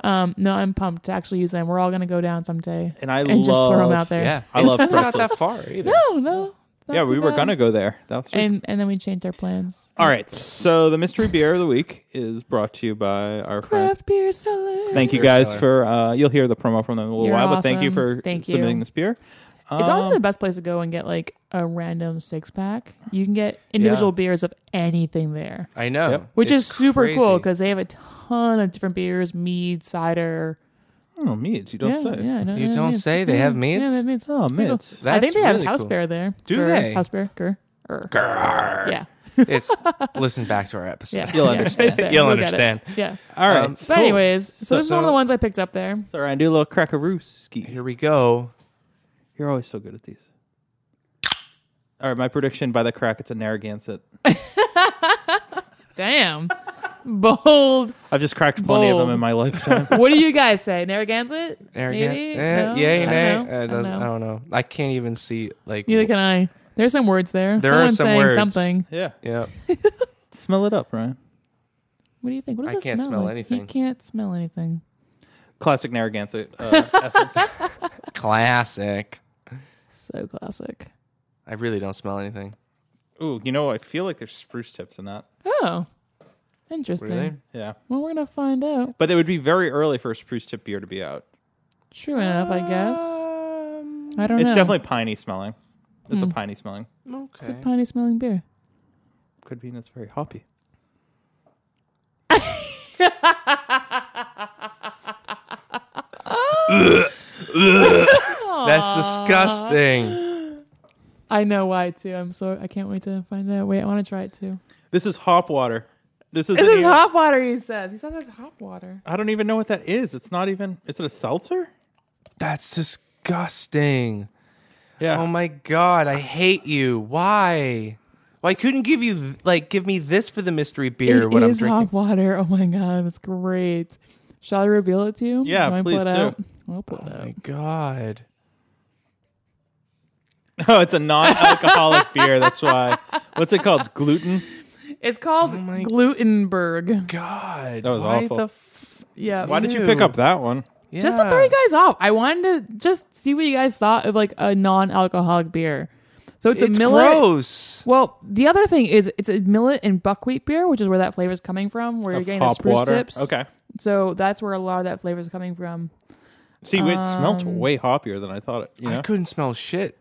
[SPEAKER 1] Um, no, I'm pumped to actually use them. We're all gonna go down someday.
[SPEAKER 2] And I
[SPEAKER 1] And
[SPEAKER 2] love.
[SPEAKER 1] just throw 'em out there.
[SPEAKER 3] yeah
[SPEAKER 2] I
[SPEAKER 3] It's
[SPEAKER 2] love
[SPEAKER 3] really not
[SPEAKER 2] pretzels.
[SPEAKER 3] that far either
[SPEAKER 1] No, no. not
[SPEAKER 2] Yeah,
[SPEAKER 1] too
[SPEAKER 2] we were
[SPEAKER 1] bad.
[SPEAKER 2] gonna go there. That's
[SPEAKER 1] and and then we changed our plans.
[SPEAKER 2] all right. So the mystery beer of the week is brought to you by our friend
[SPEAKER 1] Craft beer seller.
[SPEAKER 2] Thank you
[SPEAKER 3] Beer
[SPEAKER 2] guys
[SPEAKER 3] seller.
[SPEAKER 2] for uh, you'll hear the promo from them in a little
[SPEAKER 1] You're
[SPEAKER 2] while, but thank you
[SPEAKER 1] awesome.
[SPEAKER 2] for
[SPEAKER 1] Thank you.
[SPEAKER 2] submitting this beer.
[SPEAKER 1] It's also
[SPEAKER 2] Um,
[SPEAKER 1] the best place to go and get like a random six pack. You can get individual beers of anything there,
[SPEAKER 3] i know
[SPEAKER 2] Yep.
[SPEAKER 1] which
[SPEAKER 3] It's
[SPEAKER 1] is super
[SPEAKER 3] crazy.
[SPEAKER 1] cool because they have a ton of different beers, mead, cider.
[SPEAKER 2] oh meads, you don't
[SPEAKER 1] yeah,
[SPEAKER 2] say.
[SPEAKER 1] yeah, I know- I
[SPEAKER 3] You
[SPEAKER 1] know
[SPEAKER 3] don't
[SPEAKER 1] meads.
[SPEAKER 3] say they
[SPEAKER 1] Yeah,
[SPEAKER 3] have
[SPEAKER 1] yeah,
[SPEAKER 3] meads?
[SPEAKER 1] they have meads.
[SPEAKER 2] Oh meads.
[SPEAKER 1] I think
[SPEAKER 3] That's
[SPEAKER 1] they have
[SPEAKER 3] really
[SPEAKER 1] house
[SPEAKER 3] cool.
[SPEAKER 1] beer there.
[SPEAKER 3] Do
[SPEAKER 1] Gur,
[SPEAKER 3] they?
[SPEAKER 1] House beer, grr, er. Yeah,
[SPEAKER 3] it's listen back to our episode
[SPEAKER 1] yeah.
[SPEAKER 2] You'll
[SPEAKER 1] yeah,
[SPEAKER 2] understand.
[SPEAKER 1] it's there.
[SPEAKER 3] *laughs* You'll
[SPEAKER 1] You'll get it.
[SPEAKER 3] understand.
[SPEAKER 1] Yeah.
[SPEAKER 2] All right.
[SPEAKER 3] Um,
[SPEAKER 1] But
[SPEAKER 2] cool.
[SPEAKER 1] anyways, so,
[SPEAKER 3] So-
[SPEAKER 1] this is one of
[SPEAKER 3] so-
[SPEAKER 1] the ones I picked up there.
[SPEAKER 2] All right, do a little crackarooski.
[SPEAKER 3] here we go
[SPEAKER 2] You're always so good at these. All right, my prediction by the crack, it's a Narragansett.
[SPEAKER 1] Damn, bold.
[SPEAKER 2] I've just cracked plenty of
[SPEAKER 1] Bold.
[SPEAKER 2] them in my *laughs* lifetime.
[SPEAKER 1] What do you guys say? Narragansett?
[SPEAKER 3] Arrogant.
[SPEAKER 1] Maybe?
[SPEAKER 3] Eh,
[SPEAKER 1] No?
[SPEAKER 3] yay,
[SPEAKER 1] I don't know.
[SPEAKER 3] nay.
[SPEAKER 1] I
[SPEAKER 3] Uh, it
[SPEAKER 1] don't
[SPEAKER 3] doesn't- I,
[SPEAKER 1] know.
[SPEAKER 3] don't know. I can't even see like.
[SPEAKER 1] Neither can I. There's some words there.
[SPEAKER 3] There are
[SPEAKER 1] Someone's
[SPEAKER 3] some
[SPEAKER 1] saying
[SPEAKER 3] words.
[SPEAKER 1] something.
[SPEAKER 2] yeah.
[SPEAKER 3] yeah.
[SPEAKER 2] Smell it up, Ryan.
[SPEAKER 1] What do you think? What does
[SPEAKER 3] I
[SPEAKER 1] that
[SPEAKER 3] can't
[SPEAKER 1] smell,
[SPEAKER 3] smell
[SPEAKER 1] like?
[SPEAKER 3] anything.
[SPEAKER 1] He can't smell anything.
[SPEAKER 2] Classic Narragansett uh, essence.
[SPEAKER 3] Classic.
[SPEAKER 1] So classic.
[SPEAKER 3] I really don't smell anything.
[SPEAKER 2] Ooh, you know, I feel like there's spruce tips in that.
[SPEAKER 1] Oh, interesting.
[SPEAKER 2] Yeah.
[SPEAKER 1] Well, we're gonna find out.
[SPEAKER 2] But it would be very early for a spruce tip beer to be out.
[SPEAKER 1] True enough, I guess.
[SPEAKER 3] Um,
[SPEAKER 1] I don't
[SPEAKER 2] It's
[SPEAKER 1] know.
[SPEAKER 2] definitely piney smelling. It's a piney smelling.
[SPEAKER 1] it's a
[SPEAKER 3] okay.
[SPEAKER 1] piney smelling beer.
[SPEAKER 2] Could be it's very hoppy.
[SPEAKER 3] That's
[SPEAKER 1] *gasps*
[SPEAKER 3] disgusting.
[SPEAKER 1] I know why too. I'm so I can't wait to find out. Wait, I want to try it too.
[SPEAKER 2] This is hop water. This is,
[SPEAKER 1] This is hop water. He says. He says it's hop water.
[SPEAKER 2] I don't even know what that is. It's not even. Is it a seltzer?
[SPEAKER 3] That's disgusting.
[SPEAKER 2] Yeah.
[SPEAKER 3] Oh my god, I hate you. Why? Why couldn't give you like give me this for the mystery beer?
[SPEAKER 1] It
[SPEAKER 3] what
[SPEAKER 1] is
[SPEAKER 3] I'm drinking.
[SPEAKER 1] hop water. Oh my god, that's great. Shall I reveal it to you?
[SPEAKER 2] Yeah,
[SPEAKER 1] You wanna
[SPEAKER 2] please
[SPEAKER 1] pull it
[SPEAKER 2] do.
[SPEAKER 1] Out? I'll pull it
[SPEAKER 3] Oh
[SPEAKER 1] out.
[SPEAKER 3] my god.
[SPEAKER 2] *laughs* oh, it's
[SPEAKER 1] *laughs*
[SPEAKER 2] a non-alcoholic beer. That's why. What's it called? Gluten.
[SPEAKER 1] It's called
[SPEAKER 3] Oh my-
[SPEAKER 1] Glutenberg.
[SPEAKER 3] God.
[SPEAKER 2] That was
[SPEAKER 3] why
[SPEAKER 2] awful.
[SPEAKER 3] The f-
[SPEAKER 1] Yeah.
[SPEAKER 2] Why did you pick
[SPEAKER 3] Ew.
[SPEAKER 2] up that one?
[SPEAKER 1] Just to throw
[SPEAKER 3] Yeah.
[SPEAKER 1] you guys off, I wanted to just see what you guys thought of like a non-alcoholic beer. So it's, a
[SPEAKER 3] It's
[SPEAKER 1] millet.
[SPEAKER 3] gross.
[SPEAKER 1] Well, the other thing is it's a millet and buckwheat beer, which is where that flavor is coming from. Where you're
[SPEAKER 2] Of
[SPEAKER 1] getting the spruce tips.
[SPEAKER 2] Okay.
[SPEAKER 1] So that's where a lot of that flavor is coming from.
[SPEAKER 2] See, it smelled
[SPEAKER 1] Um,
[SPEAKER 2] way hoppier than I thought it. You know?
[SPEAKER 3] I couldn't smell
[SPEAKER 1] *laughs*
[SPEAKER 3] shit.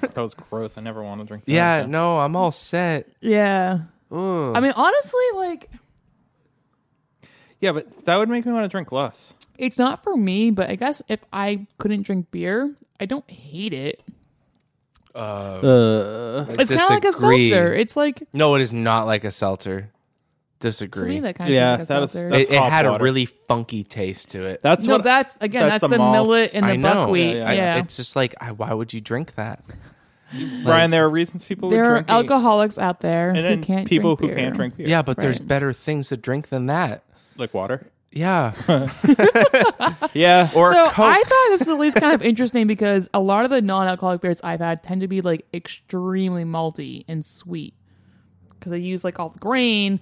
[SPEAKER 2] that was gross. I never want to drink. That
[SPEAKER 3] Yeah,
[SPEAKER 2] again.
[SPEAKER 3] no, I'm all set.
[SPEAKER 1] Yeah. I mean, honestly, like
[SPEAKER 2] yeah, but that would make me want to drink less.
[SPEAKER 1] it's not for me, but I guess if I couldn't drink beer, I don't hate it.
[SPEAKER 2] Oh.
[SPEAKER 3] I
[SPEAKER 1] It's kind of like a
[SPEAKER 3] disagree.
[SPEAKER 1] seltzer. It's like
[SPEAKER 3] No, it is not like a seltzer.
[SPEAKER 1] to me
[SPEAKER 3] Disagree.
[SPEAKER 1] that kind of
[SPEAKER 2] Yeah,
[SPEAKER 1] tastes
[SPEAKER 2] that
[SPEAKER 1] like a
[SPEAKER 2] is-
[SPEAKER 1] seltzer.
[SPEAKER 2] that's
[SPEAKER 3] it, it
[SPEAKER 2] hop
[SPEAKER 3] had
[SPEAKER 2] water.
[SPEAKER 3] a really funky taste to it.
[SPEAKER 2] That's
[SPEAKER 1] no,
[SPEAKER 2] what.
[SPEAKER 1] that's again
[SPEAKER 2] that's
[SPEAKER 1] that's,
[SPEAKER 2] the
[SPEAKER 1] the,
[SPEAKER 2] malt.
[SPEAKER 1] millet and the
[SPEAKER 3] I know.
[SPEAKER 1] buckwheat. Yeah,
[SPEAKER 2] Yeah, yeah,
[SPEAKER 3] It's just like, I, why would you drink that?
[SPEAKER 2] Brian, there are reasons people would
[SPEAKER 1] there are
[SPEAKER 2] drink it.
[SPEAKER 1] alcoholics out there
[SPEAKER 2] and then
[SPEAKER 1] who can't
[SPEAKER 2] people
[SPEAKER 1] drink
[SPEAKER 2] who
[SPEAKER 1] beer.
[SPEAKER 2] can't drink beer.
[SPEAKER 3] Yeah, but there's
[SPEAKER 1] Right.
[SPEAKER 3] better things to drink than that.
[SPEAKER 1] *laughs*
[SPEAKER 2] like water.
[SPEAKER 3] Yeah.
[SPEAKER 2] Yeah,
[SPEAKER 3] Or
[SPEAKER 1] So
[SPEAKER 3] Coke.
[SPEAKER 1] I thought this was at least
[SPEAKER 2] *laughs*
[SPEAKER 1] kind of interesting because a lot of the non-alcoholic beers I've had tend to be like extremely malty and sweet because they use like all the grain,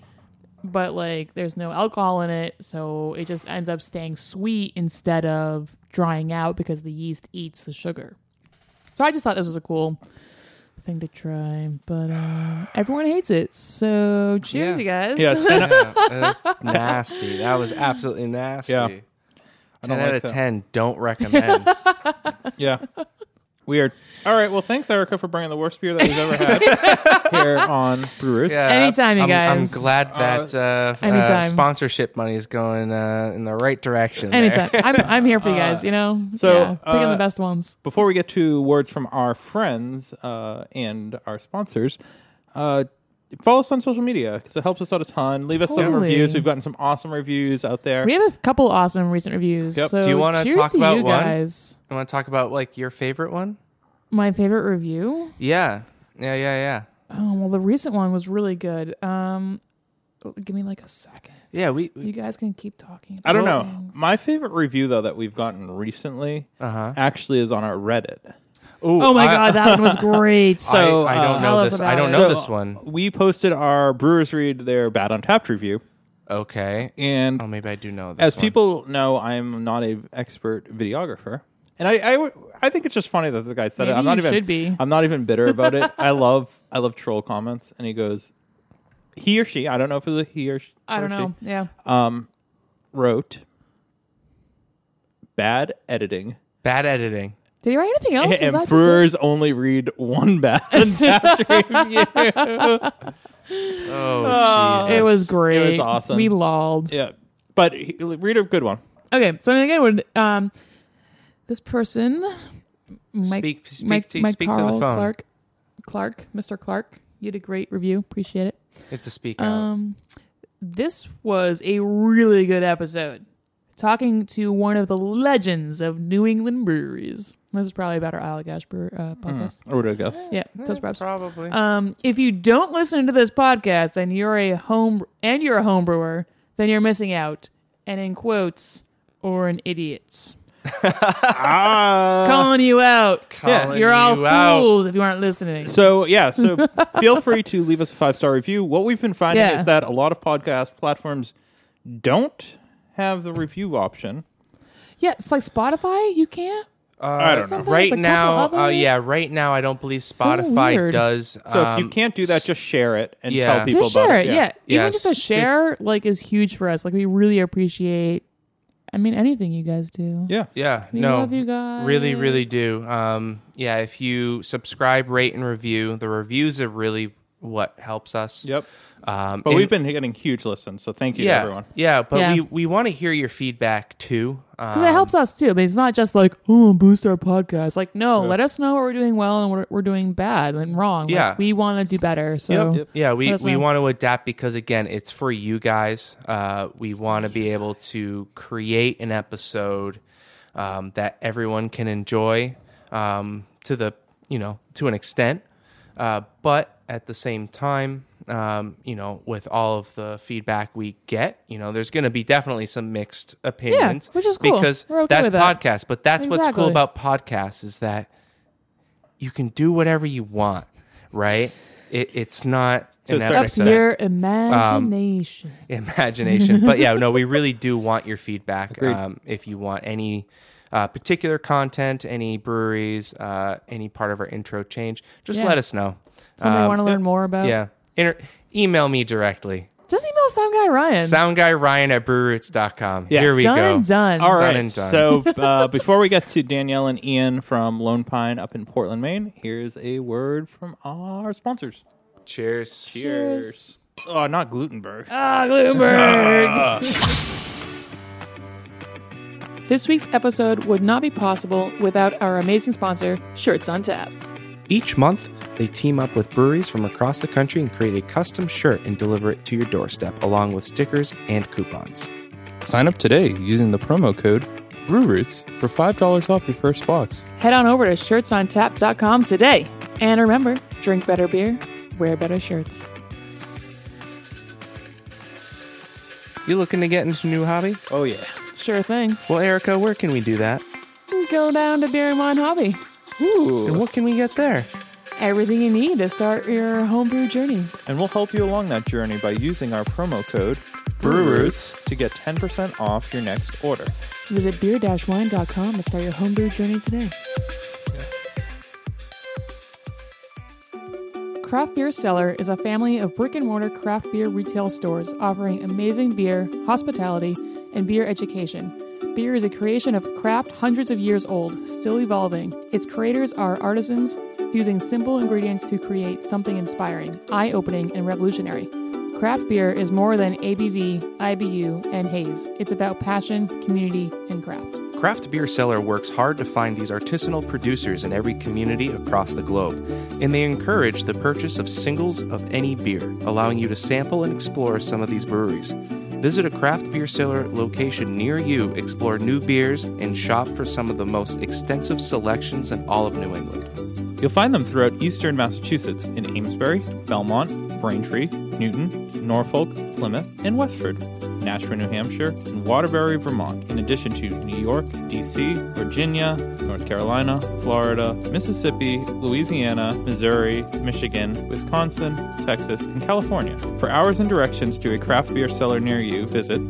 [SPEAKER 1] but like there's no alcohol in it, so it just ends up staying sweet instead of drying out because the yeast eats the sugar. So I just thought this was a cool thing to try, but um, everyone hates it. So cheers,
[SPEAKER 3] Yeah.
[SPEAKER 1] you guys.
[SPEAKER 2] yeah. It's been,
[SPEAKER 3] Yeah, that was nasty. That was absolutely nasty.
[SPEAKER 2] Yeah. I
[SPEAKER 3] 10
[SPEAKER 2] don't
[SPEAKER 3] out
[SPEAKER 2] like
[SPEAKER 3] of
[SPEAKER 2] that.
[SPEAKER 3] 10. Don't recommend.
[SPEAKER 2] *laughs* yeah. Weird. All right. Well, thanks, Erica, for bringing the worst beer that we've ever had
[SPEAKER 3] *laughs*
[SPEAKER 2] here on Brew Roots.
[SPEAKER 3] Yeah,
[SPEAKER 1] Anytime, you
[SPEAKER 3] I'm, I'm
[SPEAKER 1] guys.
[SPEAKER 3] glad that uh, uh,
[SPEAKER 1] anytime.
[SPEAKER 3] sponsorship money is going uh, in the right direction. there. Uh,
[SPEAKER 1] Anytime. I'm, I'm here for you
[SPEAKER 3] *laughs*
[SPEAKER 1] guys, you know?
[SPEAKER 2] so,
[SPEAKER 1] yeah, picking
[SPEAKER 2] uh,
[SPEAKER 1] the best ones.
[SPEAKER 2] Before we get to words from our friends uh, and our sponsors, uh, follow us on social media because it helps us out a ton. Leave us some
[SPEAKER 1] Totally.
[SPEAKER 2] reviews. We've gotten some awesome reviews out there.
[SPEAKER 1] We have a couple awesome recent reviews.
[SPEAKER 2] Yep.
[SPEAKER 1] So
[SPEAKER 2] Do
[SPEAKER 3] you wanna
[SPEAKER 1] cheers
[SPEAKER 3] talk
[SPEAKER 1] to
[SPEAKER 3] about
[SPEAKER 1] you
[SPEAKER 3] one?
[SPEAKER 1] guys.
[SPEAKER 3] You want to talk about like your favorite one?
[SPEAKER 1] My favorite review.
[SPEAKER 3] Yeah, yeah, yeah, yeah.
[SPEAKER 1] Oh well, the recent one was really good. Um, give me like a second.
[SPEAKER 3] Yeah, we.
[SPEAKER 1] You guys can keep talking.
[SPEAKER 2] I don't
[SPEAKER 1] about
[SPEAKER 2] know.
[SPEAKER 1] things.
[SPEAKER 2] My favorite review though that we've gotten recently
[SPEAKER 3] Uh-huh.
[SPEAKER 2] actually is on our Reddit.
[SPEAKER 1] Oh my god, that
[SPEAKER 2] *laughs*
[SPEAKER 1] one was great.
[SPEAKER 2] So,
[SPEAKER 3] I, I don't
[SPEAKER 2] uh,
[SPEAKER 1] tell
[SPEAKER 3] know
[SPEAKER 1] us
[SPEAKER 3] this.
[SPEAKER 1] about
[SPEAKER 3] I don't
[SPEAKER 1] it.
[SPEAKER 3] know
[SPEAKER 2] So,
[SPEAKER 3] this one.
[SPEAKER 2] We posted our Brewers Read their Bad on Tapped review,
[SPEAKER 3] Okay.
[SPEAKER 2] and
[SPEAKER 3] Oh, maybe I do know this.
[SPEAKER 2] as
[SPEAKER 3] one.
[SPEAKER 2] people know, I'm not a expert videographer, and I, I w- I think it's just funny that the guy said it.
[SPEAKER 1] Maybe
[SPEAKER 2] I'm not
[SPEAKER 1] you
[SPEAKER 2] even
[SPEAKER 1] should be.
[SPEAKER 2] I'm not even bitter
[SPEAKER 1] *laughs*
[SPEAKER 2] about it. I love I love troll comments, and he goes, he or she, I don't know if it was a he or sh-
[SPEAKER 1] I don't
[SPEAKER 2] or she,
[SPEAKER 1] know. Yeah,
[SPEAKER 2] wrote bad editing,
[SPEAKER 3] bad editing.
[SPEAKER 1] did you write anything else? Was Oh, that
[SPEAKER 2] and
[SPEAKER 1] just
[SPEAKER 2] brewers only read one bad
[SPEAKER 1] *laughs*
[SPEAKER 2] review.
[SPEAKER 3] Oh,
[SPEAKER 1] it?
[SPEAKER 3] Jesus.
[SPEAKER 1] it was great.
[SPEAKER 2] It was awesome.
[SPEAKER 1] We lolled.
[SPEAKER 2] Yeah, but he, read a good one.
[SPEAKER 1] Okay, so again, when, um, this person, Mike,
[SPEAKER 3] Speak- speak
[SPEAKER 1] Mike,
[SPEAKER 3] to-
[SPEAKER 1] Mike
[SPEAKER 3] speak to the
[SPEAKER 1] Carl
[SPEAKER 3] phone.
[SPEAKER 1] Clark, Clark, Mr. Clark, you did a great review. Appreciate it.
[SPEAKER 3] You have to speak out.
[SPEAKER 1] Um, this was a really good episode. Talking to one of the legends of New England breweries. This is probably about our Allagash brewer,
[SPEAKER 3] Hmm.
[SPEAKER 1] uh, podcast.
[SPEAKER 2] I Mm-hmm. would have guessed.
[SPEAKER 1] Yeah, toast perhaps.
[SPEAKER 3] Eh, Probably.
[SPEAKER 1] *laughs* Um, if you don't listen to this podcast, then you're a home and you're a home brewer, then you're missing out. And in quotes, or an
[SPEAKER 3] *laughs*
[SPEAKER 1] idiot. Calling you out.
[SPEAKER 3] Ah. Calling
[SPEAKER 1] You're all
[SPEAKER 3] you out.
[SPEAKER 1] fools if you aren't listening.
[SPEAKER 2] So yeah, so *laughs* feel free to leave us a five star review. What we've been finding
[SPEAKER 1] Yeah.
[SPEAKER 2] is that a lot of podcast platforms don't have the review option.
[SPEAKER 1] Yeah, it's like Spotify. You can't.
[SPEAKER 2] I don't
[SPEAKER 1] something? There's a
[SPEAKER 3] Uh, right
[SPEAKER 1] couple
[SPEAKER 3] now, uh,
[SPEAKER 1] others?
[SPEAKER 3] yeah, right now, I don't believe Spotify
[SPEAKER 1] weird.
[SPEAKER 3] does.
[SPEAKER 2] So if you
[SPEAKER 3] um,
[SPEAKER 2] can't do that, just share it and
[SPEAKER 3] yeah.
[SPEAKER 2] tell people
[SPEAKER 1] just
[SPEAKER 2] about
[SPEAKER 1] share
[SPEAKER 2] it.
[SPEAKER 1] it. Yeah.
[SPEAKER 3] Yeah,
[SPEAKER 1] Even just a
[SPEAKER 3] it's-
[SPEAKER 1] share like is huge for us. Like we really appreciate. I mean, anything you guys do.
[SPEAKER 2] yeah.
[SPEAKER 3] Yeah,
[SPEAKER 1] We
[SPEAKER 3] no,
[SPEAKER 1] love you guys.
[SPEAKER 3] Really, really do. Um, yeah, if you subscribe, rate, and review, the reviews are really what helps us.
[SPEAKER 2] Yep.
[SPEAKER 3] Um,
[SPEAKER 2] But
[SPEAKER 3] and-
[SPEAKER 2] we've been getting huge listens, so thank you
[SPEAKER 3] yeah,
[SPEAKER 2] to everyone.
[SPEAKER 3] yeah, but
[SPEAKER 1] Yeah.
[SPEAKER 3] we we want to hear your feedback too. Um,
[SPEAKER 1] Because it helps us too. But it's not just like, oh, boost our podcast. Like, no, let us know what we're doing well and what we're doing bad and wrong. Like,
[SPEAKER 3] Yeah.
[SPEAKER 1] we want to do better. So
[SPEAKER 2] yep.
[SPEAKER 3] yeah, we,
[SPEAKER 1] Let us
[SPEAKER 3] we
[SPEAKER 1] know.
[SPEAKER 3] want to adapt because again, it's for you guys. Uh, we want to be able to create an episode um, that everyone can enjoy um, to the you know to an extent, uh, but at the same time, um, you know, with all of the feedback we get, you know, there's going to be definitely some mixed opinions,
[SPEAKER 1] which is cool.
[SPEAKER 3] because
[SPEAKER 1] We're okay
[SPEAKER 3] that's
[SPEAKER 1] with that.
[SPEAKER 3] podcast. But that's what's cool
[SPEAKER 1] Exactly.
[SPEAKER 3] about podcasts is that you can do whatever you want, right? It, it's not
[SPEAKER 2] To a
[SPEAKER 3] an
[SPEAKER 2] certain
[SPEAKER 1] up
[SPEAKER 2] Makes
[SPEAKER 1] to
[SPEAKER 2] sense.
[SPEAKER 1] your imagination.
[SPEAKER 3] Um, *laughs* imagination. But yeah, no, we really do want your feedback. Um, if you want any uh, particular content, any breweries, uh, any part of our intro change, just
[SPEAKER 1] Yeah.
[SPEAKER 3] let us know.
[SPEAKER 1] Something you
[SPEAKER 3] Um,
[SPEAKER 1] want to learn more about.
[SPEAKER 3] yeah. Inter- email me directly.
[SPEAKER 1] Just email Sound Guy Ryan.
[SPEAKER 3] Sound guy Ryan at brewroots.com.
[SPEAKER 2] Yes.
[SPEAKER 3] Here we
[SPEAKER 1] done
[SPEAKER 3] go.
[SPEAKER 1] and done.
[SPEAKER 2] All right.
[SPEAKER 3] and done.
[SPEAKER 2] So uh, before we get to Danielle and Ian from Lone Pine up in Portland, Maine, here's a word from our sponsors.
[SPEAKER 3] Cheers.
[SPEAKER 1] Cheers.
[SPEAKER 2] Oh, not Glutenberg.
[SPEAKER 1] Ah, Bloomberg. this week's episode would not be possible without our amazing sponsor, Shirts on Tap.
[SPEAKER 3] Each month, they team up with breweries from across the country and create a custom shirt and deliver it to your doorstep along with stickers and coupons.
[SPEAKER 2] Sign up today using the promo code BrewRoots for $5 off your first box.
[SPEAKER 1] Head on over to shirtsontap.com today. And remember, drink better beer, wear better shirts.
[SPEAKER 3] You looking to get into a new hobby?
[SPEAKER 2] Oh, yeah.
[SPEAKER 1] Sure thing.
[SPEAKER 3] Well, Erica, where can we do that?
[SPEAKER 1] Go down to Beer and Wine Hobby.
[SPEAKER 3] And what can we get there?
[SPEAKER 1] Everything you need to start your homebrew journey.
[SPEAKER 2] And we'll help you along that journey by using our promo code
[SPEAKER 3] BrewRoots.
[SPEAKER 2] to get 10% off your next order.
[SPEAKER 1] Visit beer-wine.com to start your homebrew journey today. Craft Beer Cellar is a family of brick and mortar craft beer retail stores offering amazing beer, hospitality, and beer education. Beer is a creation of craft hundreds of years old, still evolving. Its creators are artisans, fusing simple ingredients to create something inspiring, eye opening, and revolutionary. Craft beer is more than ABV, IBU, and haze. It's about passion, community, and craft.
[SPEAKER 3] Craft Beer Cellar works hard to find these artisanal producers in every community across the globe, and they encourage the purchase of singles of any beer, allowing you to sample and explore some of these breweries. Visit a craft beer cellar location near you, explore new beers, and shop for some of the most extensive selections in all of New England.
[SPEAKER 2] You'll find them throughout eastern Massachusetts in Amesbury, Belmont, Braintree, Newton, Norfolk, Plymouth, and Westford, Nashua, New Hampshire, and Waterbury, Vermont, in addition to New York, D.C., Virginia, North Carolina, Florida, Mississippi, Louisiana, Missouri, Michigan, Wisconsin, Texas, and California. For hours and directions to a craft beer cellar near you, visit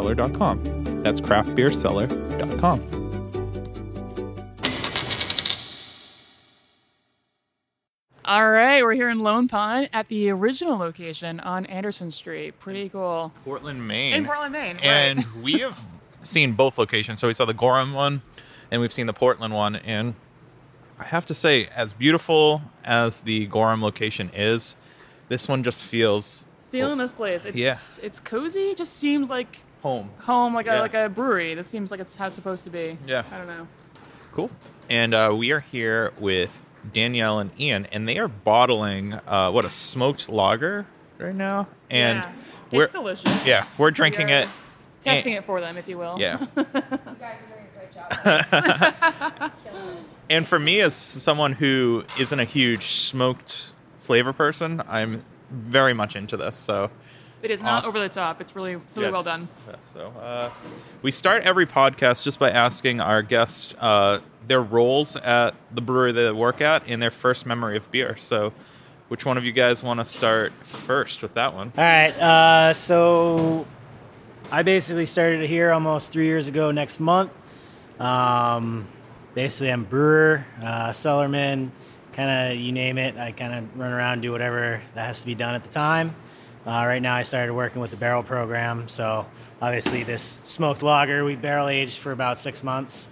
[SPEAKER 2] craftbeercellar.com. That's craftbeercellar.com.
[SPEAKER 1] All right, we're here in Lone Pine at the original location on Anderson Street. Pretty cool.
[SPEAKER 4] Portland, Maine.
[SPEAKER 1] In Portland, Maine. right.
[SPEAKER 4] and we have seen both locations. So we saw the Gorham one, and we've seen the Portland one. And I have to say, as beautiful as the Gorham location is, this one just feels
[SPEAKER 1] feeling this place. It's
[SPEAKER 4] Yeah.
[SPEAKER 1] it's cozy. It just seems like
[SPEAKER 4] home.
[SPEAKER 1] home, like a
[SPEAKER 4] Yeah.
[SPEAKER 1] like a brewery. This seems like it's how it's supposed to be.
[SPEAKER 4] Yeah.
[SPEAKER 1] I don't know.
[SPEAKER 4] Cool. And uh, we are here with Danielle and Ian, and they are bottling uh, what a smoked lager right now. And
[SPEAKER 1] yeah.
[SPEAKER 4] we're
[SPEAKER 1] it's delicious.
[SPEAKER 4] yeah, we're drinking
[SPEAKER 1] are-
[SPEAKER 4] it.
[SPEAKER 1] Testing it for them, if you will.
[SPEAKER 4] Yeah.
[SPEAKER 5] You guys are doing a great job.
[SPEAKER 4] And for me, as someone who isn't a huge smoked flavor person, I'm very much into this. So,
[SPEAKER 1] It is not
[SPEAKER 4] Awesome.
[SPEAKER 1] over the top. It's really really
[SPEAKER 4] *laughs*
[SPEAKER 1] well done.
[SPEAKER 4] Yeah, so, uh, we start every podcast just by asking our guests uh, their roles at the brewery they work at and their first memory of beer. So, which one of you guys want to start first with that one?
[SPEAKER 6] All right. Uh, so I basically started here almost three years ago next month. Um, basically, I'm brewer, uh, cellarman, kind of you name it. I kind of run around, do whatever that has to be done at the time. Uh, right now, I started working with the barrel program. So obviously, this smoked lager we barrel aged for about six months.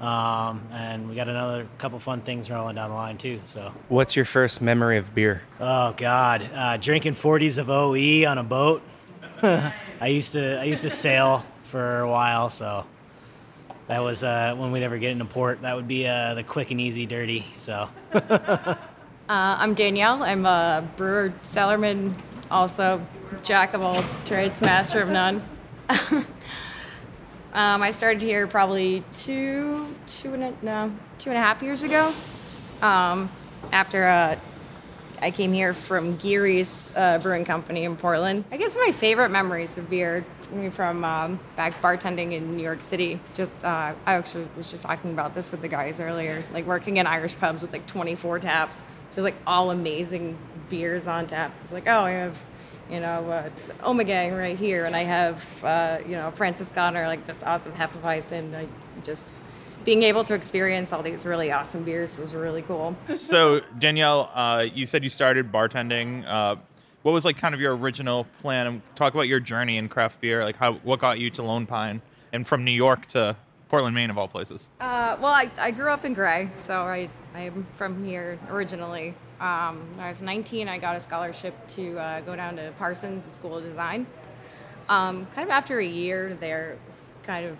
[SPEAKER 6] Um, and we got another couple fun things rolling down the line too. So
[SPEAKER 3] What's your first memory of beer?
[SPEAKER 6] Oh God, uh, drinking 40s of OE on a boat. *laughs* I used to I used to sail for a while, so that was uh, when we'd ever get into port. That would be uh, the quick and easy dirty. So
[SPEAKER 5] Uh, *laughs* I'm Danielle. I'm a brewer, cellarman, also jack of all trades, master of none. *laughs* um, I started here probably two, two and a, no, two and a half years ago. Um, after uh, I came here from Geary's uh, Brewing Company in Portland. I guess my favorite memories of beer I mean, from um, back bartending in New York City. Just uh, I actually was just talking about this with the guys earlier. Like working in Irish pubs with like 24 taps, just like all amazing beers on tap. It's like oh, I have you know uh, Omegang right here, and I have uh, you know Franciscaner like this awesome Hefeweizen. I just being able to experience all these really awesome beers was really cool.
[SPEAKER 4] so, Danielle, uh, you said you started bartending. Uh, what was like kind of your original plan and talk about your journey in craft beer, like how what got you to Lone Pine and from New York to Portland, Maine, of all places.
[SPEAKER 5] Uh, well, I, I grew up in Gray, so I, I'm from here originally. Um, when I was 19, I got a scholarship to uh, go down to Parsons School of Design. Um, kind of after a year there, it was kind of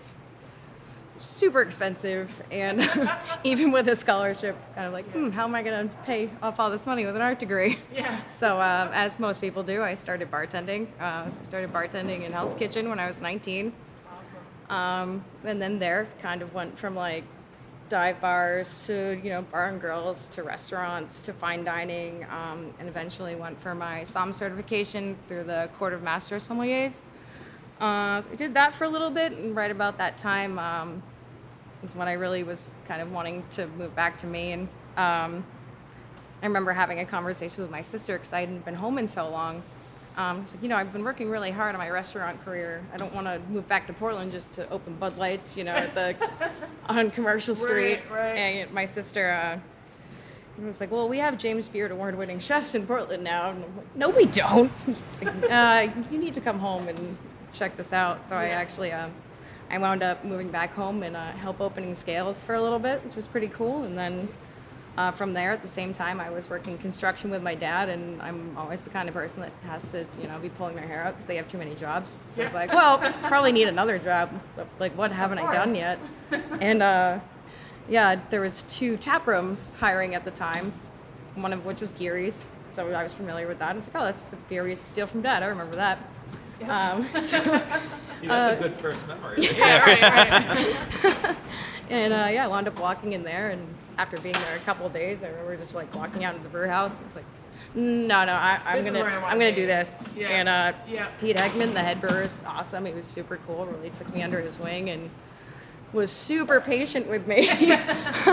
[SPEAKER 5] super expensive, and *laughs* even with a scholarship, it's kind of like, hmm, how am I going to pay off all this money with an art degree? Yeah. *laughs* So, uh, as most people do, I started bartending. Uh, so I started bartending in Hell's Kitchen when I was 19. Um, and then there kind of went from like dive bars to you know bar and grills to restaurants to fine dining, um, and eventually went for my SOM certification through the Court of Master Sommeliers. Uh, I did that for a little bit, and right about that time um, is when I really was kind of wanting to move back to Maine. Um, I remember having a conversation with my sister because I hadn't been home in so long. Um, so, you know, I've been working really hard on my restaurant career. I don't want to move back to Portland just to open Bud Lights, you know, at
[SPEAKER 1] *laughs*
[SPEAKER 5] the on Commercial Street.
[SPEAKER 1] right.
[SPEAKER 5] And my sister uh, was like, "Well, we have James Beard award-winning chefs in Portland now." And I'm like, "No, we don't. *laughs* uh, you need to come home and check this out." So I actually, um, I wound up moving back home and uh, help opening Scales for a little bit, which was pretty cool. And then uh, from there at the same time i was working construction with my dad and i'm always the kind of person that has to you know be pulling their hair out because they have too many jobs so i was like well probably need another job like what haven't i done yet and uh, yeah there was two tap rooms hiring at the time one of which was geary's so i was familiar with that i was like oh that's the beer we used to steal from dad i remember that um,
[SPEAKER 4] that's a good first memory.
[SPEAKER 5] yeah, right, right. and uh, yeah, I wound up walking in there, and after being there a couple of days, I remember just like walking out into the brew house. And it's like, no, no, I, I'm
[SPEAKER 1] This is
[SPEAKER 5] gonna,
[SPEAKER 1] where I wanna
[SPEAKER 5] I'm gonna
[SPEAKER 1] be."
[SPEAKER 5] do this.
[SPEAKER 1] Yeah.
[SPEAKER 5] And uh,
[SPEAKER 1] Yeah.
[SPEAKER 5] Pete Eggman, the head brewer, is awesome. He was super cool. Really took me under his wing and was super patient with
[SPEAKER 1] *laughs*
[SPEAKER 5] me. *laughs*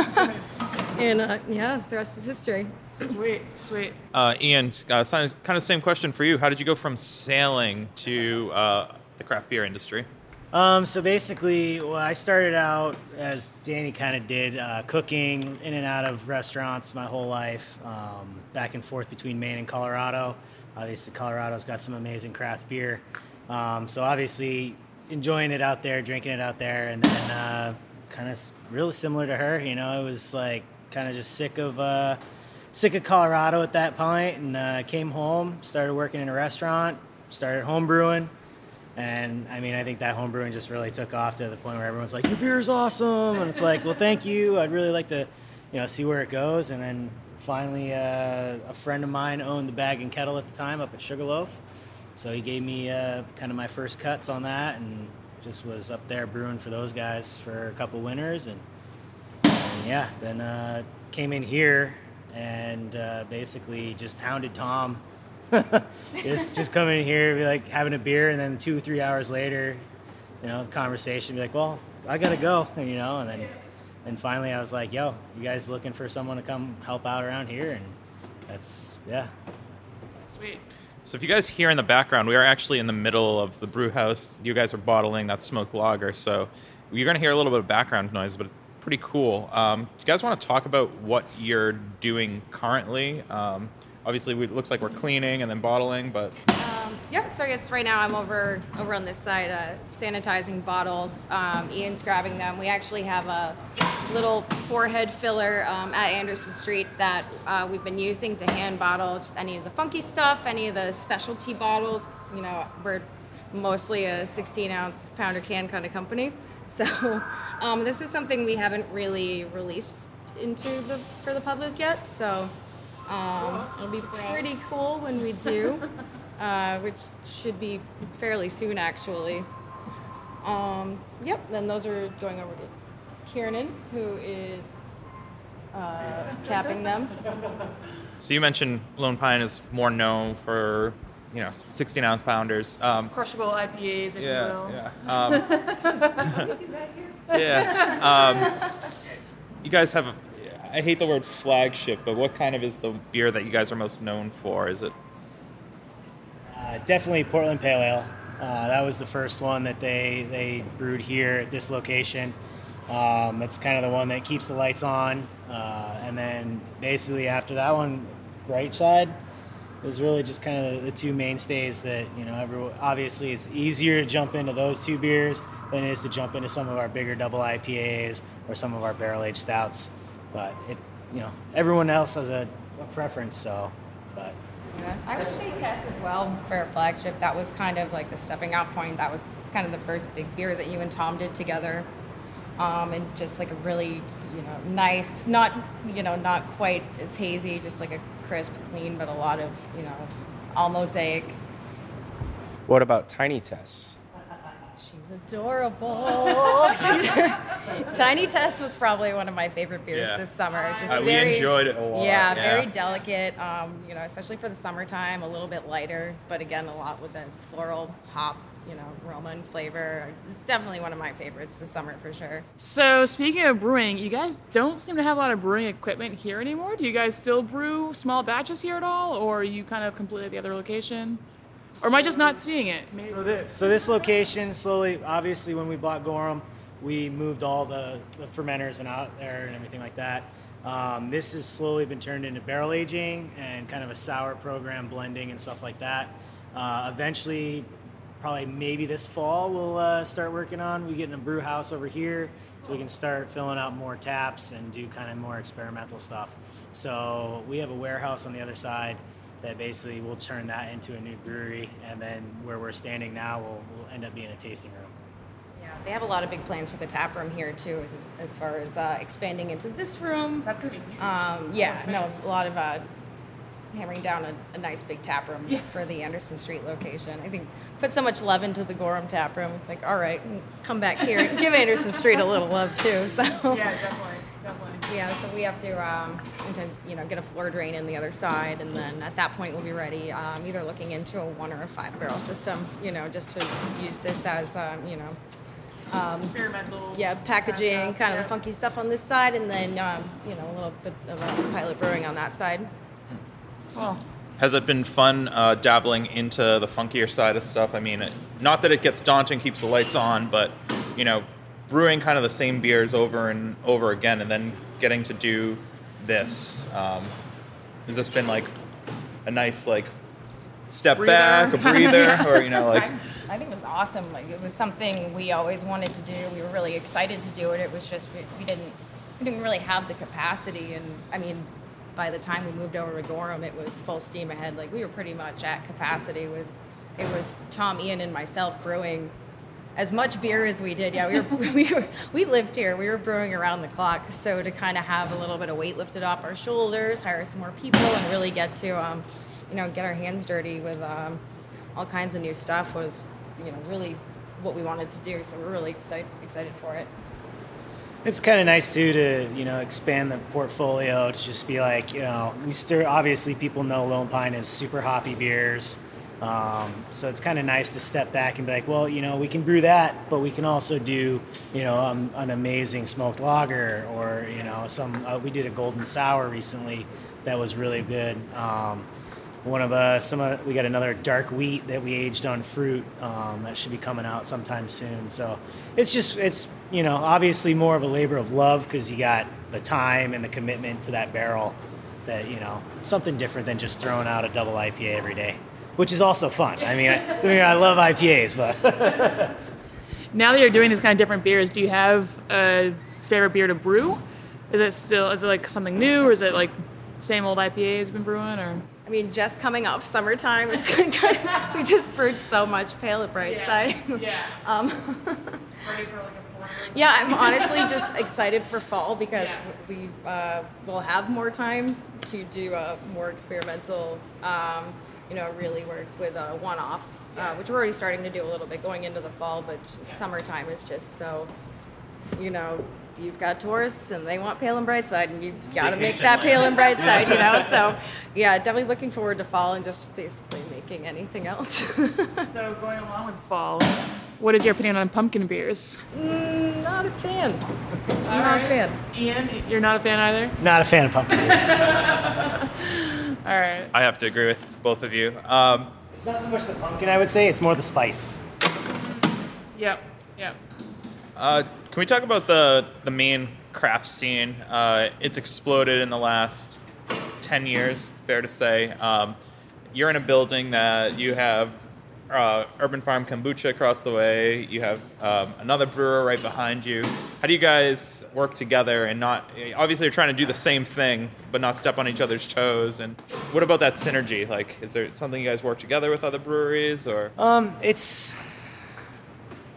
[SPEAKER 5] and uh, yeah, the rest is history.
[SPEAKER 1] *laughs* Sweet, sweet.
[SPEAKER 4] Uh, Ian, uh, kind of same question for you. How did you go from sailing to uh, the craft beer industry?
[SPEAKER 6] Um, so basically, well, I started out as Danny kind of did, uh, cooking in and out of restaurants my whole life, um, back and forth between Maine and Colorado. Obviously, Colorado's got some amazing craft beer, um, so obviously enjoying it out there, drinking it out there, and then uh, kind of really similar to her. You know, I was like kind of just sick of uh, sick of Colorado at that point, and uh, came home, started working in a restaurant, started home brewing. And I mean, I think that home brewing just really took off to the point where everyone's like, "Your beer is awesome," and it's like, "Well, thank you. I'd really like to, you know, see where it goes." And then finally, uh, a friend of mine owned the Bag and Kettle at the time up at Sugarloaf, so he gave me uh, kind of my first cuts on that, and just was up there brewing for those guys for a couple winters, and and yeah, then uh, came in here and uh, basically just hounded Tom. just just come in here, be like having a beer, and then two three hours later, you know, the conversation be like, well, I gotta go, *laughs* you know, and then and finally I was like, yo, you guys looking for someone to come help out around here, and that's yeah,
[SPEAKER 1] Sweet.
[SPEAKER 4] So if you guys hear in the background, we are actually in the middle of the brew house. You guys are bottling that smoke lager, so you're going to hear a little bit of background noise, but it's pretty cool. Um, do you guys want to talk about what you're doing currently? Um, obviously, we, it looks like we're cleaning and then bottling, but
[SPEAKER 5] Yeah, so I guess right now I'm over over on this side uh, sanitizing bottles. Um, Ian's grabbing them. We actually have a little forehead filler um, at Anderson Street that uh, we've been using to hand bottle just any of the funky stuff, any of the specialty bottles. 'cause, you know, we're mostly a 16 ounce pounder can kind of company. *laughs* So um, this is something we haven't really released into the for the public yet. So um, it'll be pretty cool when we do, uh, which should be fairly soon, actually. Um, yep, then those are going over to Kiernan, who is uh, capping them.
[SPEAKER 4] so you mentioned Lone Pine is more known for you know 16 ounce pounders. Um,
[SPEAKER 1] Crushable IPAs, if you will.
[SPEAKER 4] Yeah. Yeah. Um, *laughs* yeah. Um, you guys have a. I hate the word flagship, but what kind of is the beer that you guys are most known for? Is it?
[SPEAKER 6] Uh, definitely Portland Pale Ale. Uh, that was the first one that they they brewed here at this location. Um, it's kind of the one that keeps the lights on. Uh, and then basically after that one, Bright Side is really just kind of the two mainstays that you know. Every, obviously, it's easier to jump into those two beers than it is to jump into some of our bigger double IPAs or some of our barrel aged stouts. But it, you know, everyone else has a, a preference. So, but
[SPEAKER 5] Yeah. I would say Tess as well for a flagship. That was kind of like the stepping out point. That was kind of the first big beer that you and Tom did together. Um, and just like a really, you know, nice, not, you know, not quite as hazy, just like a crisp, clean, but a lot of, you know, all mosaic.
[SPEAKER 7] What about Tiny Tess?
[SPEAKER 5] She's *laughs* adorable. She's- Tiny Test was probably one of my favorite beers
[SPEAKER 4] Yeah.
[SPEAKER 5] this summer. Just
[SPEAKER 4] Uh, we
[SPEAKER 5] very,
[SPEAKER 4] enjoyed it a lot,
[SPEAKER 5] Yeah,
[SPEAKER 4] yeah.
[SPEAKER 5] very delicate. Um, you know, especially for the summertime, a little bit lighter, but again, a lot with the floral hop. You know, aroma and flavor. It's definitely one of my favorites this summer for sure.
[SPEAKER 1] So speaking of brewing, you guys don't seem to have a lot of brewing equipment here anymore. Do you guys still brew small batches here at all, or are you kind of completely at the other location, or am I just not seeing it? Maybe.
[SPEAKER 6] So this, so this location slowly, obviously, when we bought Gorham, we moved all the, the fermenters and out there and everything like that. Um, this has slowly been turned into barrel aging and kind of a sour program blending and stuff like that. Uh, eventually, probably maybe this fall, we'll uh, start working on. We get in a brew house over here so we can start filling out more taps and do kind of more experimental stuff. So we have a warehouse on the other side that basically will turn that into a new brewery, and then where we're standing now will will end up being a tasting room.
[SPEAKER 5] Yeah, they have a lot of big plans for the tap room here too, as, as far as uh, expanding into this room.
[SPEAKER 1] That's gonna be huge.
[SPEAKER 5] Um, yeah, no,
[SPEAKER 1] nice.
[SPEAKER 5] a lot of uh, hammering down a, a nice big tap room for the Anderson Street location. I think put so much love into the Gorham tap room. It's like, all right, mm, come back here, and give Anderson Street a little love too. *laughs* So yeah,
[SPEAKER 1] definitely, definitely.
[SPEAKER 5] so we have to um, intend, you know get a floor drain in the other side, and then at that point we'll be ready. Um, either looking into a one or a five barrel system, you know, just to use this as um, you know
[SPEAKER 1] Experimental.
[SPEAKER 5] yeah, packaging, kind of
[SPEAKER 1] Yeah.
[SPEAKER 5] the funky stuff on this side, and then um, you know a little bit of uh, pilot brewing on that side.
[SPEAKER 1] Cool.
[SPEAKER 4] Has it been fun uh, dabbling into the funkier side of stuff? I mean, it, not that it gets daunting, keeps the lights on, but you know, brewing kind of the same beers over and over again, and then getting to do this. Um, has this been like a nice like step
[SPEAKER 1] Breather.
[SPEAKER 4] back, a breather, or you know, like
[SPEAKER 5] I, I think it was awesome. Like it was something we always wanted to do. We were really excited to do it. It was just we, we didn't we didn't really have the capacity, and I mean, by the time we moved over to Gorham, it was full steam ahead. Like we were pretty much at capacity with it was Tom, Ian, and myself brewing as much beer as we did. Yeah, we were, *laughs* we were we lived here. We were brewing around the clock. So to kind of have a little bit of weight lifted off our shoulders, hire some more people, and really get to um, you know get our hands dirty with um, all kinds of new stuff was you know really what we wanted to do. So we're really excited excited for it.
[SPEAKER 6] It's kind of nice too to you know expand the portfolio to just be like you know we still obviously people know Lone Pine is super hoppy beers, um, so it's kind of nice to step back and be like well you know we can brew that, but we can also do you know um, an amazing smoked lager or you know some uh, we did a golden sour recently that was really good. Um, one of uh, some of, we got another dark wheat that we aged on fruit um, that should be coming out sometime soon. So it's just it's you know obviously more of a labor of love because you got the time and the commitment to that barrel that you know something different than just throwing out a double IPA every day, which is also fun. I mean, I, I mean, I love IPAs, but *laughs*
[SPEAKER 1] Now that you're doing these kind of different beers, do you have a favorite beer to brew? Is it still is it like something new, or is it like same old IPAs you've been brewing, or
[SPEAKER 5] I mean, just coming off summertime, it's *laughs* kind of, we just brewed so much pale at bright side.
[SPEAKER 1] yeah,
[SPEAKER 5] *laughs* Um, *laughs* Yeah, I'm honestly just *laughs* excited for fall because
[SPEAKER 1] Yeah.
[SPEAKER 5] we uh, will have more time to do uh, more experimental, um, you know, really work with uh, one offs, uh, which we're already starting to do a little bit going into the fall, but just summertime is just so, you know, you've got tourists and they want pale and bright side, and you've got to make that pale
[SPEAKER 1] *laughs*
[SPEAKER 5] and bright side, you know? So, yeah, definitely looking forward to fall and just basically making anything else. *laughs*
[SPEAKER 1] So going along with fall, what is your opinion on pumpkin beers?
[SPEAKER 5] Mm, not a fan.
[SPEAKER 1] All
[SPEAKER 5] not
[SPEAKER 1] right.
[SPEAKER 5] a fan.
[SPEAKER 1] Ian, you're not a fan either.
[SPEAKER 6] not a fan of pumpkin beers.
[SPEAKER 1] All right.
[SPEAKER 4] I have to agree with both of you. Um,
[SPEAKER 6] It's not so much the pumpkin, I would say. It's more the spice.
[SPEAKER 1] Yep. Yep.
[SPEAKER 4] Uh, can we talk about the the main craft scene? Uh, it's exploded in the last ten years, fair to say. Um,
[SPEAKER 2] you're in a building that you have uh, Urban Farm Kombucha across the way. You have um, another brewer right behind you. How do you guys work together and not? Obviously, you're trying to do the same thing, but not step on each other's toes. And what about that synergy? Like, is there something you guys work together with other breweries or?
[SPEAKER 6] Um, it's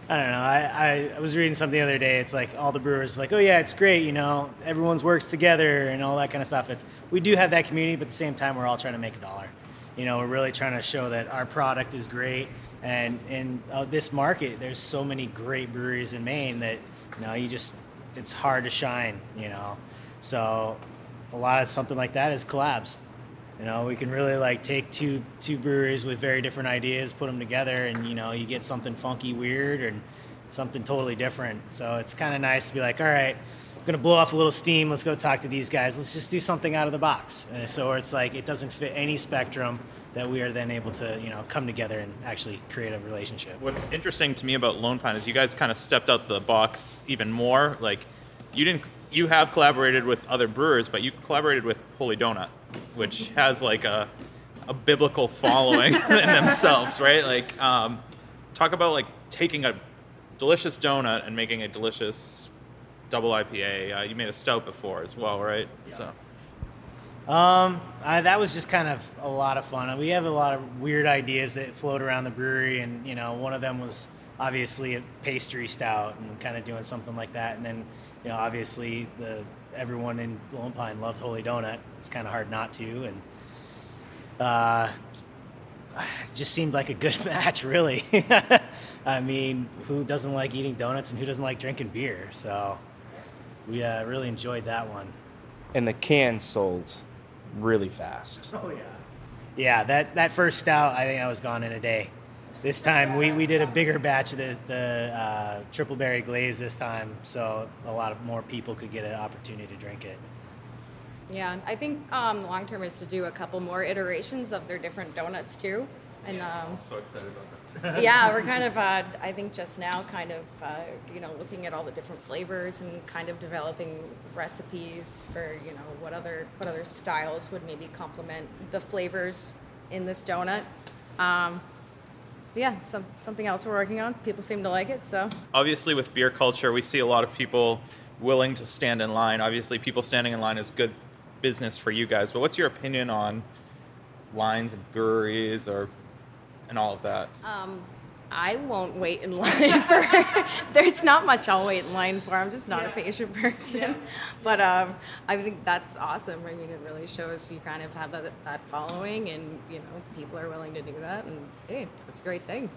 [SPEAKER 6] I don't know. I, I, I was reading something the other day. It's like all the brewers like, oh yeah, it's great. You know, everyone's works together and all that kind of stuff. It's we do have that community, but at the same time, we're all trying to make a dollar. You know, we're really trying to show that our product is great. And in uh, this market, there's so many great breweries in Maine that you know you just it's hard to shine. You know, so a lot of something like that is collabs. You know, we can really like take two two breweries with very different ideas, put them together, and you know, you get something funky, weird, and something totally different. So it's kind of nice to be like, all right, I'm gonna blow off a little steam. Let's go talk to these guys. Let's just do something out of the box. And so it's like it doesn't fit any spectrum that we are then able to you know come together and actually create a relationship.
[SPEAKER 2] What's interesting to me about Lone Pine is you guys kind of stepped out the box even more. Like, you didn't. You have collaborated with other brewers, but you collaborated with Holy Donut, which has like a a biblical following *laughs* in themselves, right? Like, um, talk about like taking a delicious donut and making a delicious double IPA. Uh, you made a stout before as well, right? So.
[SPEAKER 6] Um, I, that was just kind of a lot of fun. We have a lot of weird ideas that float around the brewery, and you know, one of them was obviously a pastry stout and kind of doing something like that. And then, you know, obviously the everyone in Lone Pine loved Holy Donut. It's kind of hard not to, and uh, it just seemed like a good *laughs* match, really. I mean, who doesn't like eating donuts and who doesn't like drinking beer? So we uh, really enjoyed that one.
[SPEAKER 3] And the can sold really fast.
[SPEAKER 6] Oh yeah. Yeah, that, that first stout, I think I was gone in a day. This time we, we did a bigger batch of the, the uh, triple berry glaze this time, so a lot of more people could get an opportunity to drink it.
[SPEAKER 5] Yeah, I think um, the long term is to do a couple more iterations of their different donuts too. And um,
[SPEAKER 2] So excited about that.
[SPEAKER 5] *laughs* yeah, we're
[SPEAKER 2] *laughs*
[SPEAKER 5] kind of, uh, I think just now, kind of, uh, you know, looking at all the different flavors and kind of developing recipes for, you know, what other what other styles would maybe complement the flavors in this donut. Um, yeah, some, something else we're working on. People seem to like it, so
[SPEAKER 2] obviously with beer culture we see a lot of people willing to stand in line obviously people standing in line is good business for you guys but what's your opinion on lines and breweries or and all of that
[SPEAKER 5] I won't wait in *laughs* line for. there's not much I'll wait in line for. I'm just not a patient person. But um, I think that's awesome. I mean, it really shows you kind of have that, that following, and you know, people are willing to do that. And hey, that's a great thing.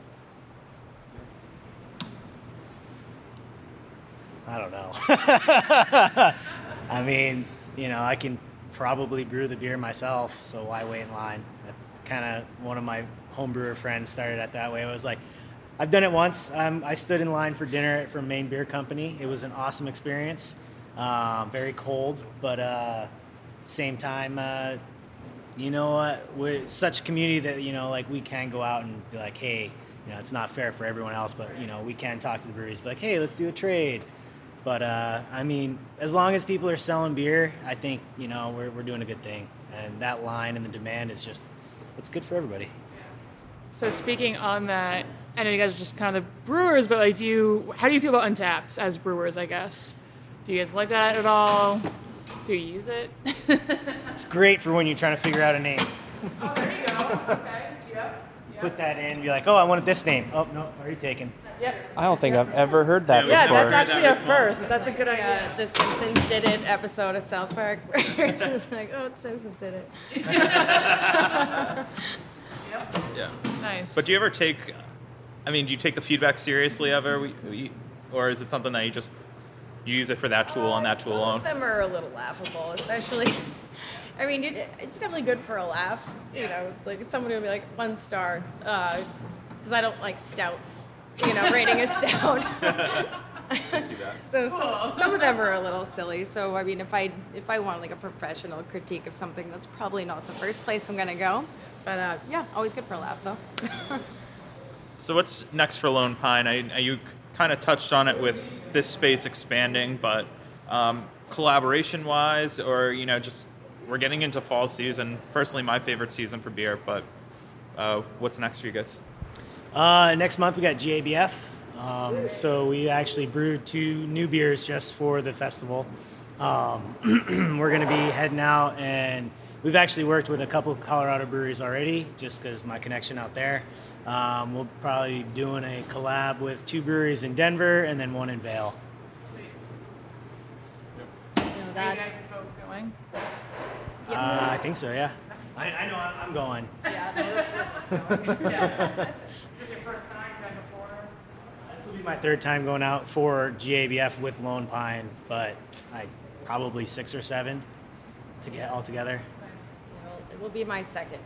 [SPEAKER 6] I don't know. *laughs* I mean, you know, I can probably brew the beer myself, so why wait in line? That's kind of one of my home brewer friends started out that way. It was like, I've done it once. Um, I stood in line for dinner for Maine Beer Company. It was an awesome experience. Um, very cold, but uh, same time, uh, you know what? We're such a community that you know, like we can go out and be like, hey, you know, it's not fair for everyone else, but you know, we can talk to the breweries, be like, hey, let's do a trade. But uh, I mean, as long as people are selling beer, I think you know we're we're doing a good thing, and that line and the demand is just, it's good for everybody.
[SPEAKER 1] So speaking on that, I know you guys are just kind of brewers, but like, do you how do you feel about Untapped as brewers? I guess. Do you guys look at it at all? Do you use it?
[SPEAKER 6] It's great for when you're trying to figure out a name.
[SPEAKER 1] Oh, there you go. Okay. Yep.
[SPEAKER 6] Put that in, be like, oh, I wanted this name. Oh no, already taken.
[SPEAKER 3] I don't think I've ever heard that
[SPEAKER 1] Yeah,
[SPEAKER 3] before.
[SPEAKER 1] that's actually a first. That's a good idea.
[SPEAKER 5] Uh, the Simpsons did it episode of South Park where *laughs* it's just like, oh, the Simpsons did it.
[SPEAKER 2] yeah
[SPEAKER 1] Nice.
[SPEAKER 2] but do you ever take i mean do you take the feedback seriously ever we, we, or is it something that you just you use it for that tool and that tool
[SPEAKER 5] Some
[SPEAKER 2] alone
[SPEAKER 5] of them are a little laughable, especially. *laughs* I mean, it, it's definitely good for a laugh. You know, it's like somebody would be like one star, because I don't like stouts. You know, rating a stout. so some, some of them are a little silly. So I mean, if I if I want like a professional critique of something, that's probably not the first place I'm gonna go. But uh, yeah, always good for a laugh though.
[SPEAKER 2] So what's next for Lone Pine? I, I, you kind of touched on it with this space expanding, but um, collaboration-wise, or you know, just we're getting into fall season. Personally, my favorite season for beer, but Uh, what's next for you guys?
[SPEAKER 6] Uh, next month we got GABF. Um, so we actually brewed two new beers just for the festival. Um, *clears throat* we're going to be heading out, and we've actually worked with a couple of Colorado breweries already, just because my connection out there. Um, we'll probably be doing a collab with two breweries in Denver and then one in Vale.
[SPEAKER 5] You know, that,
[SPEAKER 1] both going?
[SPEAKER 6] Uh, I think so, yeah. I, I know I'm I'm going.
[SPEAKER 1] This is your first time going before?
[SPEAKER 6] This will be my third time going out for GABF with Lone Pine, but I probably sixth or seventh to get all together.
[SPEAKER 5] it'll- it will be my second.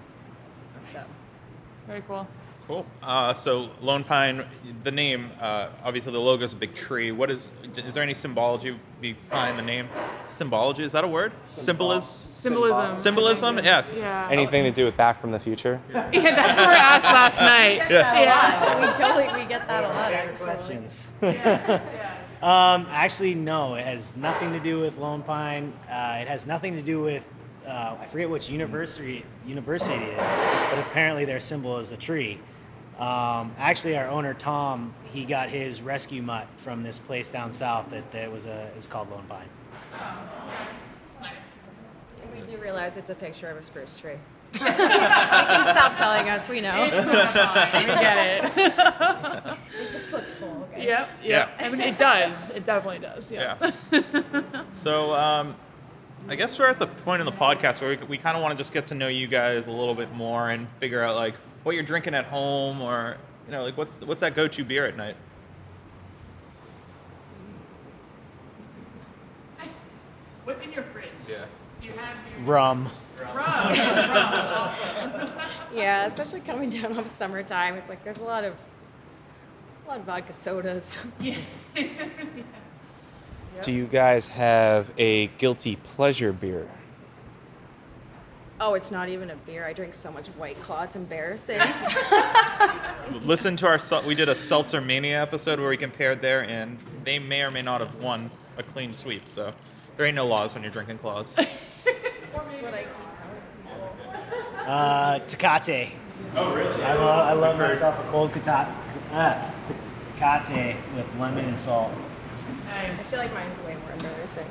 [SPEAKER 5] So
[SPEAKER 1] Very cool.
[SPEAKER 2] Cool. Uh, so Lone Pine, the name, uh, obviously the logo is a big tree. What is? Is there any symbology behind the name? Symbology is that a word? Symbolism.
[SPEAKER 1] Symbolism.
[SPEAKER 2] Symbolism. Yes.
[SPEAKER 1] Yeah.
[SPEAKER 3] Anything to do with Back from the Future?
[SPEAKER 1] yeah, that's what we were asked last
[SPEAKER 2] *laughs*
[SPEAKER 1] night.
[SPEAKER 2] Yes.
[SPEAKER 5] yeah, we totally we get that a lot actually.
[SPEAKER 6] Questions? *laughs* um, actually, no. It has nothing to do with Lone Pine. Uh, it has nothing to do with uh, I forget which university university it is, but apparently their symbol is a tree. Um, actually, our owner Tom he got his rescue mutt from this place down south that, that was a is called Lone Pine.
[SPEAKER 5] And we do realize it's a picture of a spruce *laughs* tree. you can stop telling us. We know.
[SPEAKER 1] We
[SPEAKER 2] *laughs*
[SPEAKER 1] get it.
[SPEAKER 5] It just looks cool. Okay.
[SPEAKER 1] Yep.
[SPEAKER 2] Yeah.
[SPEAKER 1] Yep. I mean, it does. It definitely does. Yeah.
[SPEAKER 2] Yeah. *laughs* so um, I guess we're at the point in the podcast where we, we kind of want to just get to know you guys a little bit more and figure out like what you're drinking at home or you know like what's what's that go-to beer at night.
[SPEAKER 1] What's in your fridge?
[SPEAKER 2] Yeah.
[SPEAKER 1] Do you have your
[SPEAKER 6] Rum.
[SPEAKER 5] Yeah, especially coming down off summertime, it's like there's a lot of a lot of vodka sodas.
[SPEAKER 3] Do you guys have a guilty pleasure beer?
[SPEAKER 5] Oh, it's not even a beer. I drink so much White Claw. It's embarrassing.
[SPEAKER 2] Listen to our sel- we did a Seltzer Mania episode where we compared there and they may or may not have won a clean sweep. So there ain't no laws when you're drinking claws.
[SPEAKER 5] That's what I-
[SPEAKER 6] Uh, Tecate. Oh, really? I love, I love myself a cold cata- uh, Tecate with lemon and salt.
[SPEAKER 5] I feel like mine's way more embarrassing.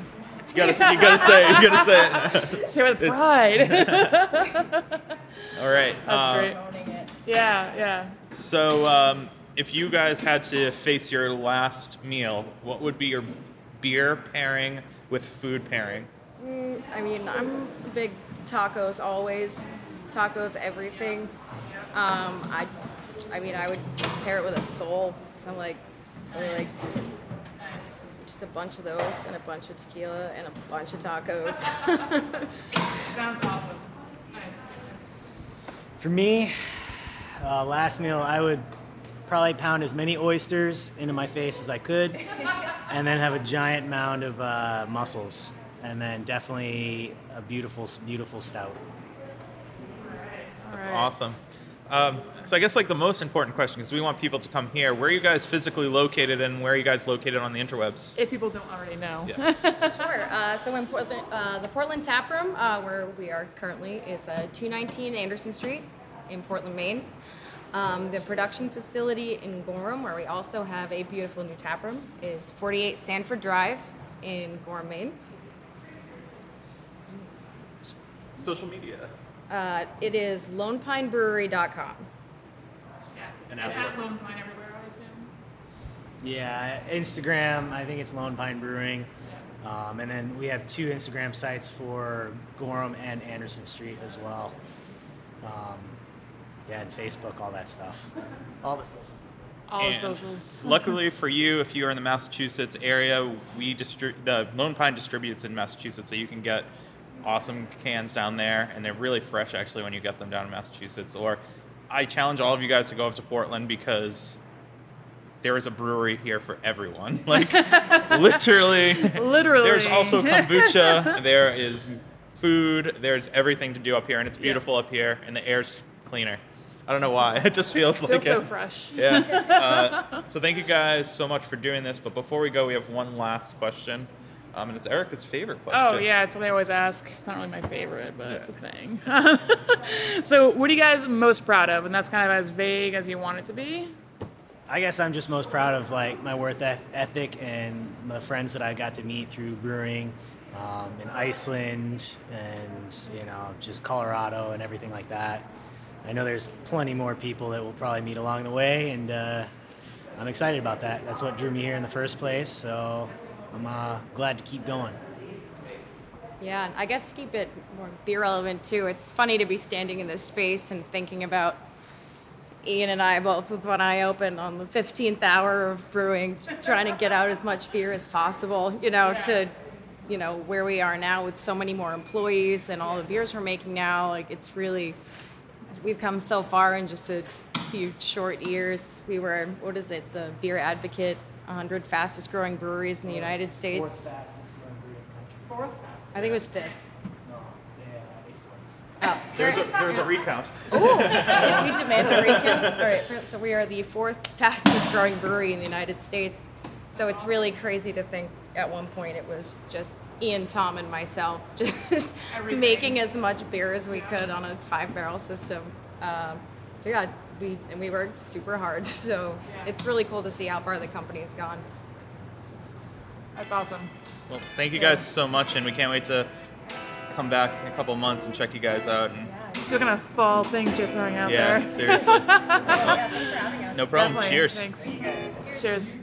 [SPEAKER 2] You gotta you gotta say you gotta say it.
[SPEAKER 1] Say with pride. *laughs*
[SPEAKER 2] All right.
[SPEAKER 1] That's
[SPEAKER 2] um,
[SPEAKER 1] great.
[SPEAKER 5] Owning it.
[SPEAKER 1] Yeah, yeah.
[SPEAKER 2] So, um, if you guys had to face your last meal, what would be your beer pairing with food pairing?
[SPEAKER 5] I mean, I'm big tacos always, tacos everything. Um, I, I mean, I would just pair it with a soul. So I'm like, I really like just a bunch of those and a bunch of tequila and a bunch of tacos. *laughs*
[SPEAKER 1] Sounds awesome. Nice.
[SPEAKER 6] For me, uh, last meal, I would probably pound as many oysters into my face as I could, and then have a giant mound of uh, mussels, and then definitely a beautiful, beautiful stout.
[SPEAKER 2] That's awesome. Um, so, I guess like the most important question, because we want people to come here. Where are you guys physically located, and where are you guys located on the interwebs?
[SPEAKER 1] If people don't already know.
[SPEAKER 2] Yes.
[SPEAKER 5] Sure. Uh, so in Portland, uh, the Portland Tap Room, uh, where we are currently, is uh, 219 Anderson Street in Portland, Maine. Um, the production facility in Gorham, where we also have a beautiful new tap room, is 48 Sanford Drive in Gorham, Maine.
[SPEAKER 2] Social media.
[SPEAKER 5] Uh, it is lonepinebrewery.com.
[SPEAKER 2] And And at
[SPEAKER 1] Lone Pine everywhere, I assume.
[SPEAKER 6] Yeah, Instagram. I think it's Lone Pine Brewing, um, and then we have two Instagram sites for Gorham and Anderson Street as well. Um, yeah, and Facebook, all that stuff. All the social.
[SPEAKER 1] All
[SPEAKER 2] And
[SPEAKER 1] socials. *laughs*
[SPEAKER 2] Luckily for you, if you are in the Massachusetts area, we distri- the Lone Pine distributes in Massachusetts, so you can get awesome cans down there, and they're really fresh actually when you get them down in Massachusetts. Or I challenge all of you guys to go up to Portland because there is a brewery here for everyone. *laughs*
[SPEAKER 1] *laughs*
[SPEAKER 2] Like literally,
[SPEAKER 1] Literally. *laughs*
[SPEAKER 2] there's also kombucha. There is food. There's everything to do up here, and it's beautiful up here, and the air's cleaner. I don't know why. *laughs* It just feels like
[SPEAKER 1] Feels so
[SPEAKER 2] it.
[SPEAKER 1] fresh.
[SPEAKER 2] Yeah. Uh, so thank you guys so much for doing this. But before we go, we have one last question.
[SPEAKER 4] Um, and it's Erica's favorite question.
[SPEAKER 1] Oh yeah, it's what I always ask. It's not really my favorite, but it's a thing. so, what are you guys most proud of? And that's kind of as vague as you want it to be.
[SPEAKER 6] I guess I'm just most proud of like my worth eth- ethic and the friends that I got to meet through brewing um, in Iceland and you know just Colorado and everything like that. I know there's plenty more people that we'll probably meet along the way, and uh, I'm excited about that. That's what drew me here in the first place, so I'm uh, glad to keep going.
[SPEAKER 5] Yeah, and I guess to keep it more beer relevant too, it's funny to be standing in this space and thinking about Ian and I both with when I opened on the 15th hour of brewing, just trying to get out as much beer as possible, you know, to, you know, where we are now with so many more employees and all the beers we're making now. Like, it's really, we've come so far in just a few short years. We were, what is it, the Beer Advocate 100 fastest growing breweries in the United States. I think it was fifth. Oh,
[SPEAKER 2] There's a, there's a recount.
[SPEAKER 5] did *laughs* we demand a recount? All right, so we are the fourth fastest growing brewery in the United States. So it's really crazy to think at one point it was just Ian, Tom, and myself *laughs* just making as much beer as we could on a five barrel system. Um, so yeah, we and we worked super hard. *laughs* So it's really cool to see how far the company's gone.
[SPEAKER 1] That's awesome.
[SPEAKER 4] Well, thank you guys so much, and we can't wait to come back in a couple months and check you guys out. And
[SPEAKER 1] Still kind of fall things you're throwing out
[SPEAKER 4] yeah,
[SPEAKER 1] there.
[SPEAKER 4] seriously,
[SPEAKER 1] *laughs*
[SPEAKER 5] Yeah, thanks for having us.
[SPEAKER 4] no problem.
[SPEAKER 1] Definitely.
[SPEAKER 4] Cheers.
[SPEAKER 1] Thanks. Cheers.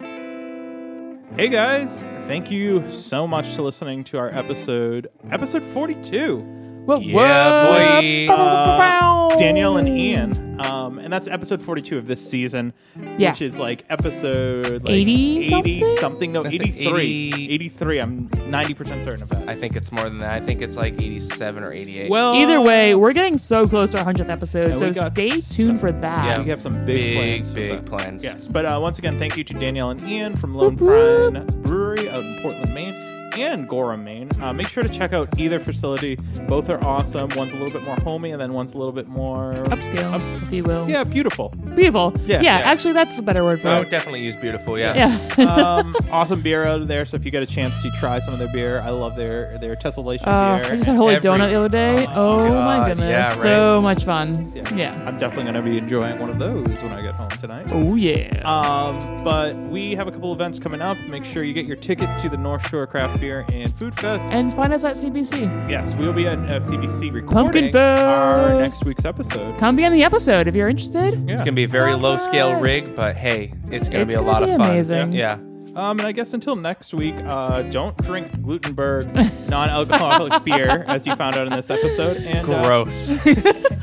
[SPEAKER 2] Hey guys, thank you so much to listening to our episode, episode 42.
[SPEAKER 1] Well,
[SPEAKER 3] Yeah, boy.
[SPEAKER 2] Danielle and Ian. Um, and that's episode 42 of this season,
[SPEAKER 1] Yeah.
[SPEAKER 2] which is like episode like
[SPEAKER 1] 80
[SPEAKER 2] something,
[SPEAKER 1] something?
[SPEAKER 2] no,
[SPEAKER 3] That's like
[SPEAKER 2] 83.
[SPEAKER 3] 80
[SPEAKER 2] 83, I'm 90% certain of that.
[SPEAKER 3] I think it's more than that. I think it's like 87 or 88.
[SPEAKER 2] Well,
[SPEAKER 1] Either way, we're getting so close to our 100th episode,
[SPEAKER 2] Oh. And we
[SPEAKER 1] so
[SPEAKER 2] got
[SPEAKER 1] stay
[SPEAKER 2] s-
[SPEAKER 1] tuned for that.
[SPEAKER 3] Yeah.
[SPEAKER 2] we have some big,
[SPEAKER 3] Big,
[SPEAKER 2] plans. for
[SPEAKER 3] big
[SPEAKER 2] that.
[SPEAKER 3] plans.
[SPEAKER 2] Yes, but uh, once again, thank you to Danielle and Ian from Lone
[SPEAKER 1] Whoop,
[SPEAKER 2] Pine Brewery out in Portland, Maine, and Gorham, Maine. Uh, make sure to check out either facility. Both are awesome. One's a little bit more homey, and then one's a little bit more
[SPEAKER 1] Upscale,
[SPEAKER 2] Ups-
[SPEAKER 1] if you will.
[SPEAKER 2] yeah, beautiful.
[SPEAKER 1] Beautiful.
[SPEAKER 2] Yeah,
[SPEAKER 1] Yeah,
[SPEAKER 2] yeah.
[SPEAKER 1] actually, that's the better word for
[SPEAKER 3] I
[SPEAKER 1] it.
[SPEAKER 3] would Oh, definitely use beautiful. Yeah.
[SPEAKER 1] Yeah.
[SPEAKER 2] Um, *laughs* awesome beer out of there. So if you get a chance to try some of their beer, I love their their tessellation
[SPEAKER 1] Uh,
[SPEAKER 2] beer.
[SPEAKER 1] *laughs* I just had Holy
[SPEAKER 3] Every-
[SPEAKER 1] Donut the other day. Oh, my
[SPEAKER 3] God.
[SPEAKER 1] goodness.
[SPEAKER 3] Yeah, right.
[SPEAKER 1] So much fun.
[SPEAKER 2] Yes.
[SPEAKER 1] Yeah.
[SPEAKER 2] I'm definitely gonna be enjoying one of those when I get home tonight.
[SPEAKER 1] Oh,
[SPEAKER 3] Uh,
[SPEAKER 1] yeah.
[SPEAKER 2] Um, but we have a couple events coming up. Make sure you get your tickets to the North Shore Craft Beer and Food Fest.
[SPEAKER 1] and find us at CBC.
[SPEAKER 2] Yes, we'll be at FCBC
[SPEAKER 1] Pumpkin
[SPEAKER 2] recording
[SPEAKER 1] Fest.
[SPEAKER 2] our next week's episode.
[SPEAKER 1] Come be on the episode if you're interested.
[SPEAKER 2] Yeah.
[SPEAKER 3] It's gonna be a very
[SPEAKER 1] Summer.
[SPEAKER 3] low scale rig, but hey, it's gonna
[SPEAKER 1] It's
[SPEAKER 3] be a
[SPEAKER 1] gonna
[SPEAKER 3] lot
[SPEAKER 1] be
[SPEAKER 3] of fun.
[SPEAKER 1] amazing.
[SPEAKER 3] Yeah.
[SPEAKER 2] Um, and I guess until next week, uh, don't drink
[SPEAKER 1] *laughs*
[SPEAKER 2] Glutenberg non-alcoholic beer, as you found out in this episode. And
[SPEAKER 1] *laughs*
[SPEAKER 2] uh,
[SPEAKER 3] Gross.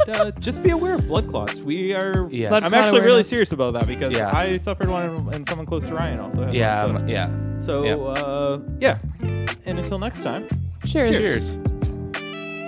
[SPEAKER 2] uh, just be aware of blood clots. We are.
[SPEAKER 3] Yes. Blood
[SPEAKER 2] I'm
[SPEAKER 1] clot
[SPEAKER 2] actually really
[SPEAKER 1] awareness.
[SPEAKER 2] serious about that because
[SPEAKER 3] Yeah.
[SPEAKER 2] I suffered one, and someone close to Ryan also had
[SPEAKER 3] yeah.
[SPEAKER 2] one.
[SPEAKER 3] um, yeah.
[SPEAKER 2] So, so
[SPEAKER 3] yeah.
[SPEAKER 2] Uh, yeah. And until next time.
[SPEAKER 1] Cheers.
[SPEAKER 3] Cheers.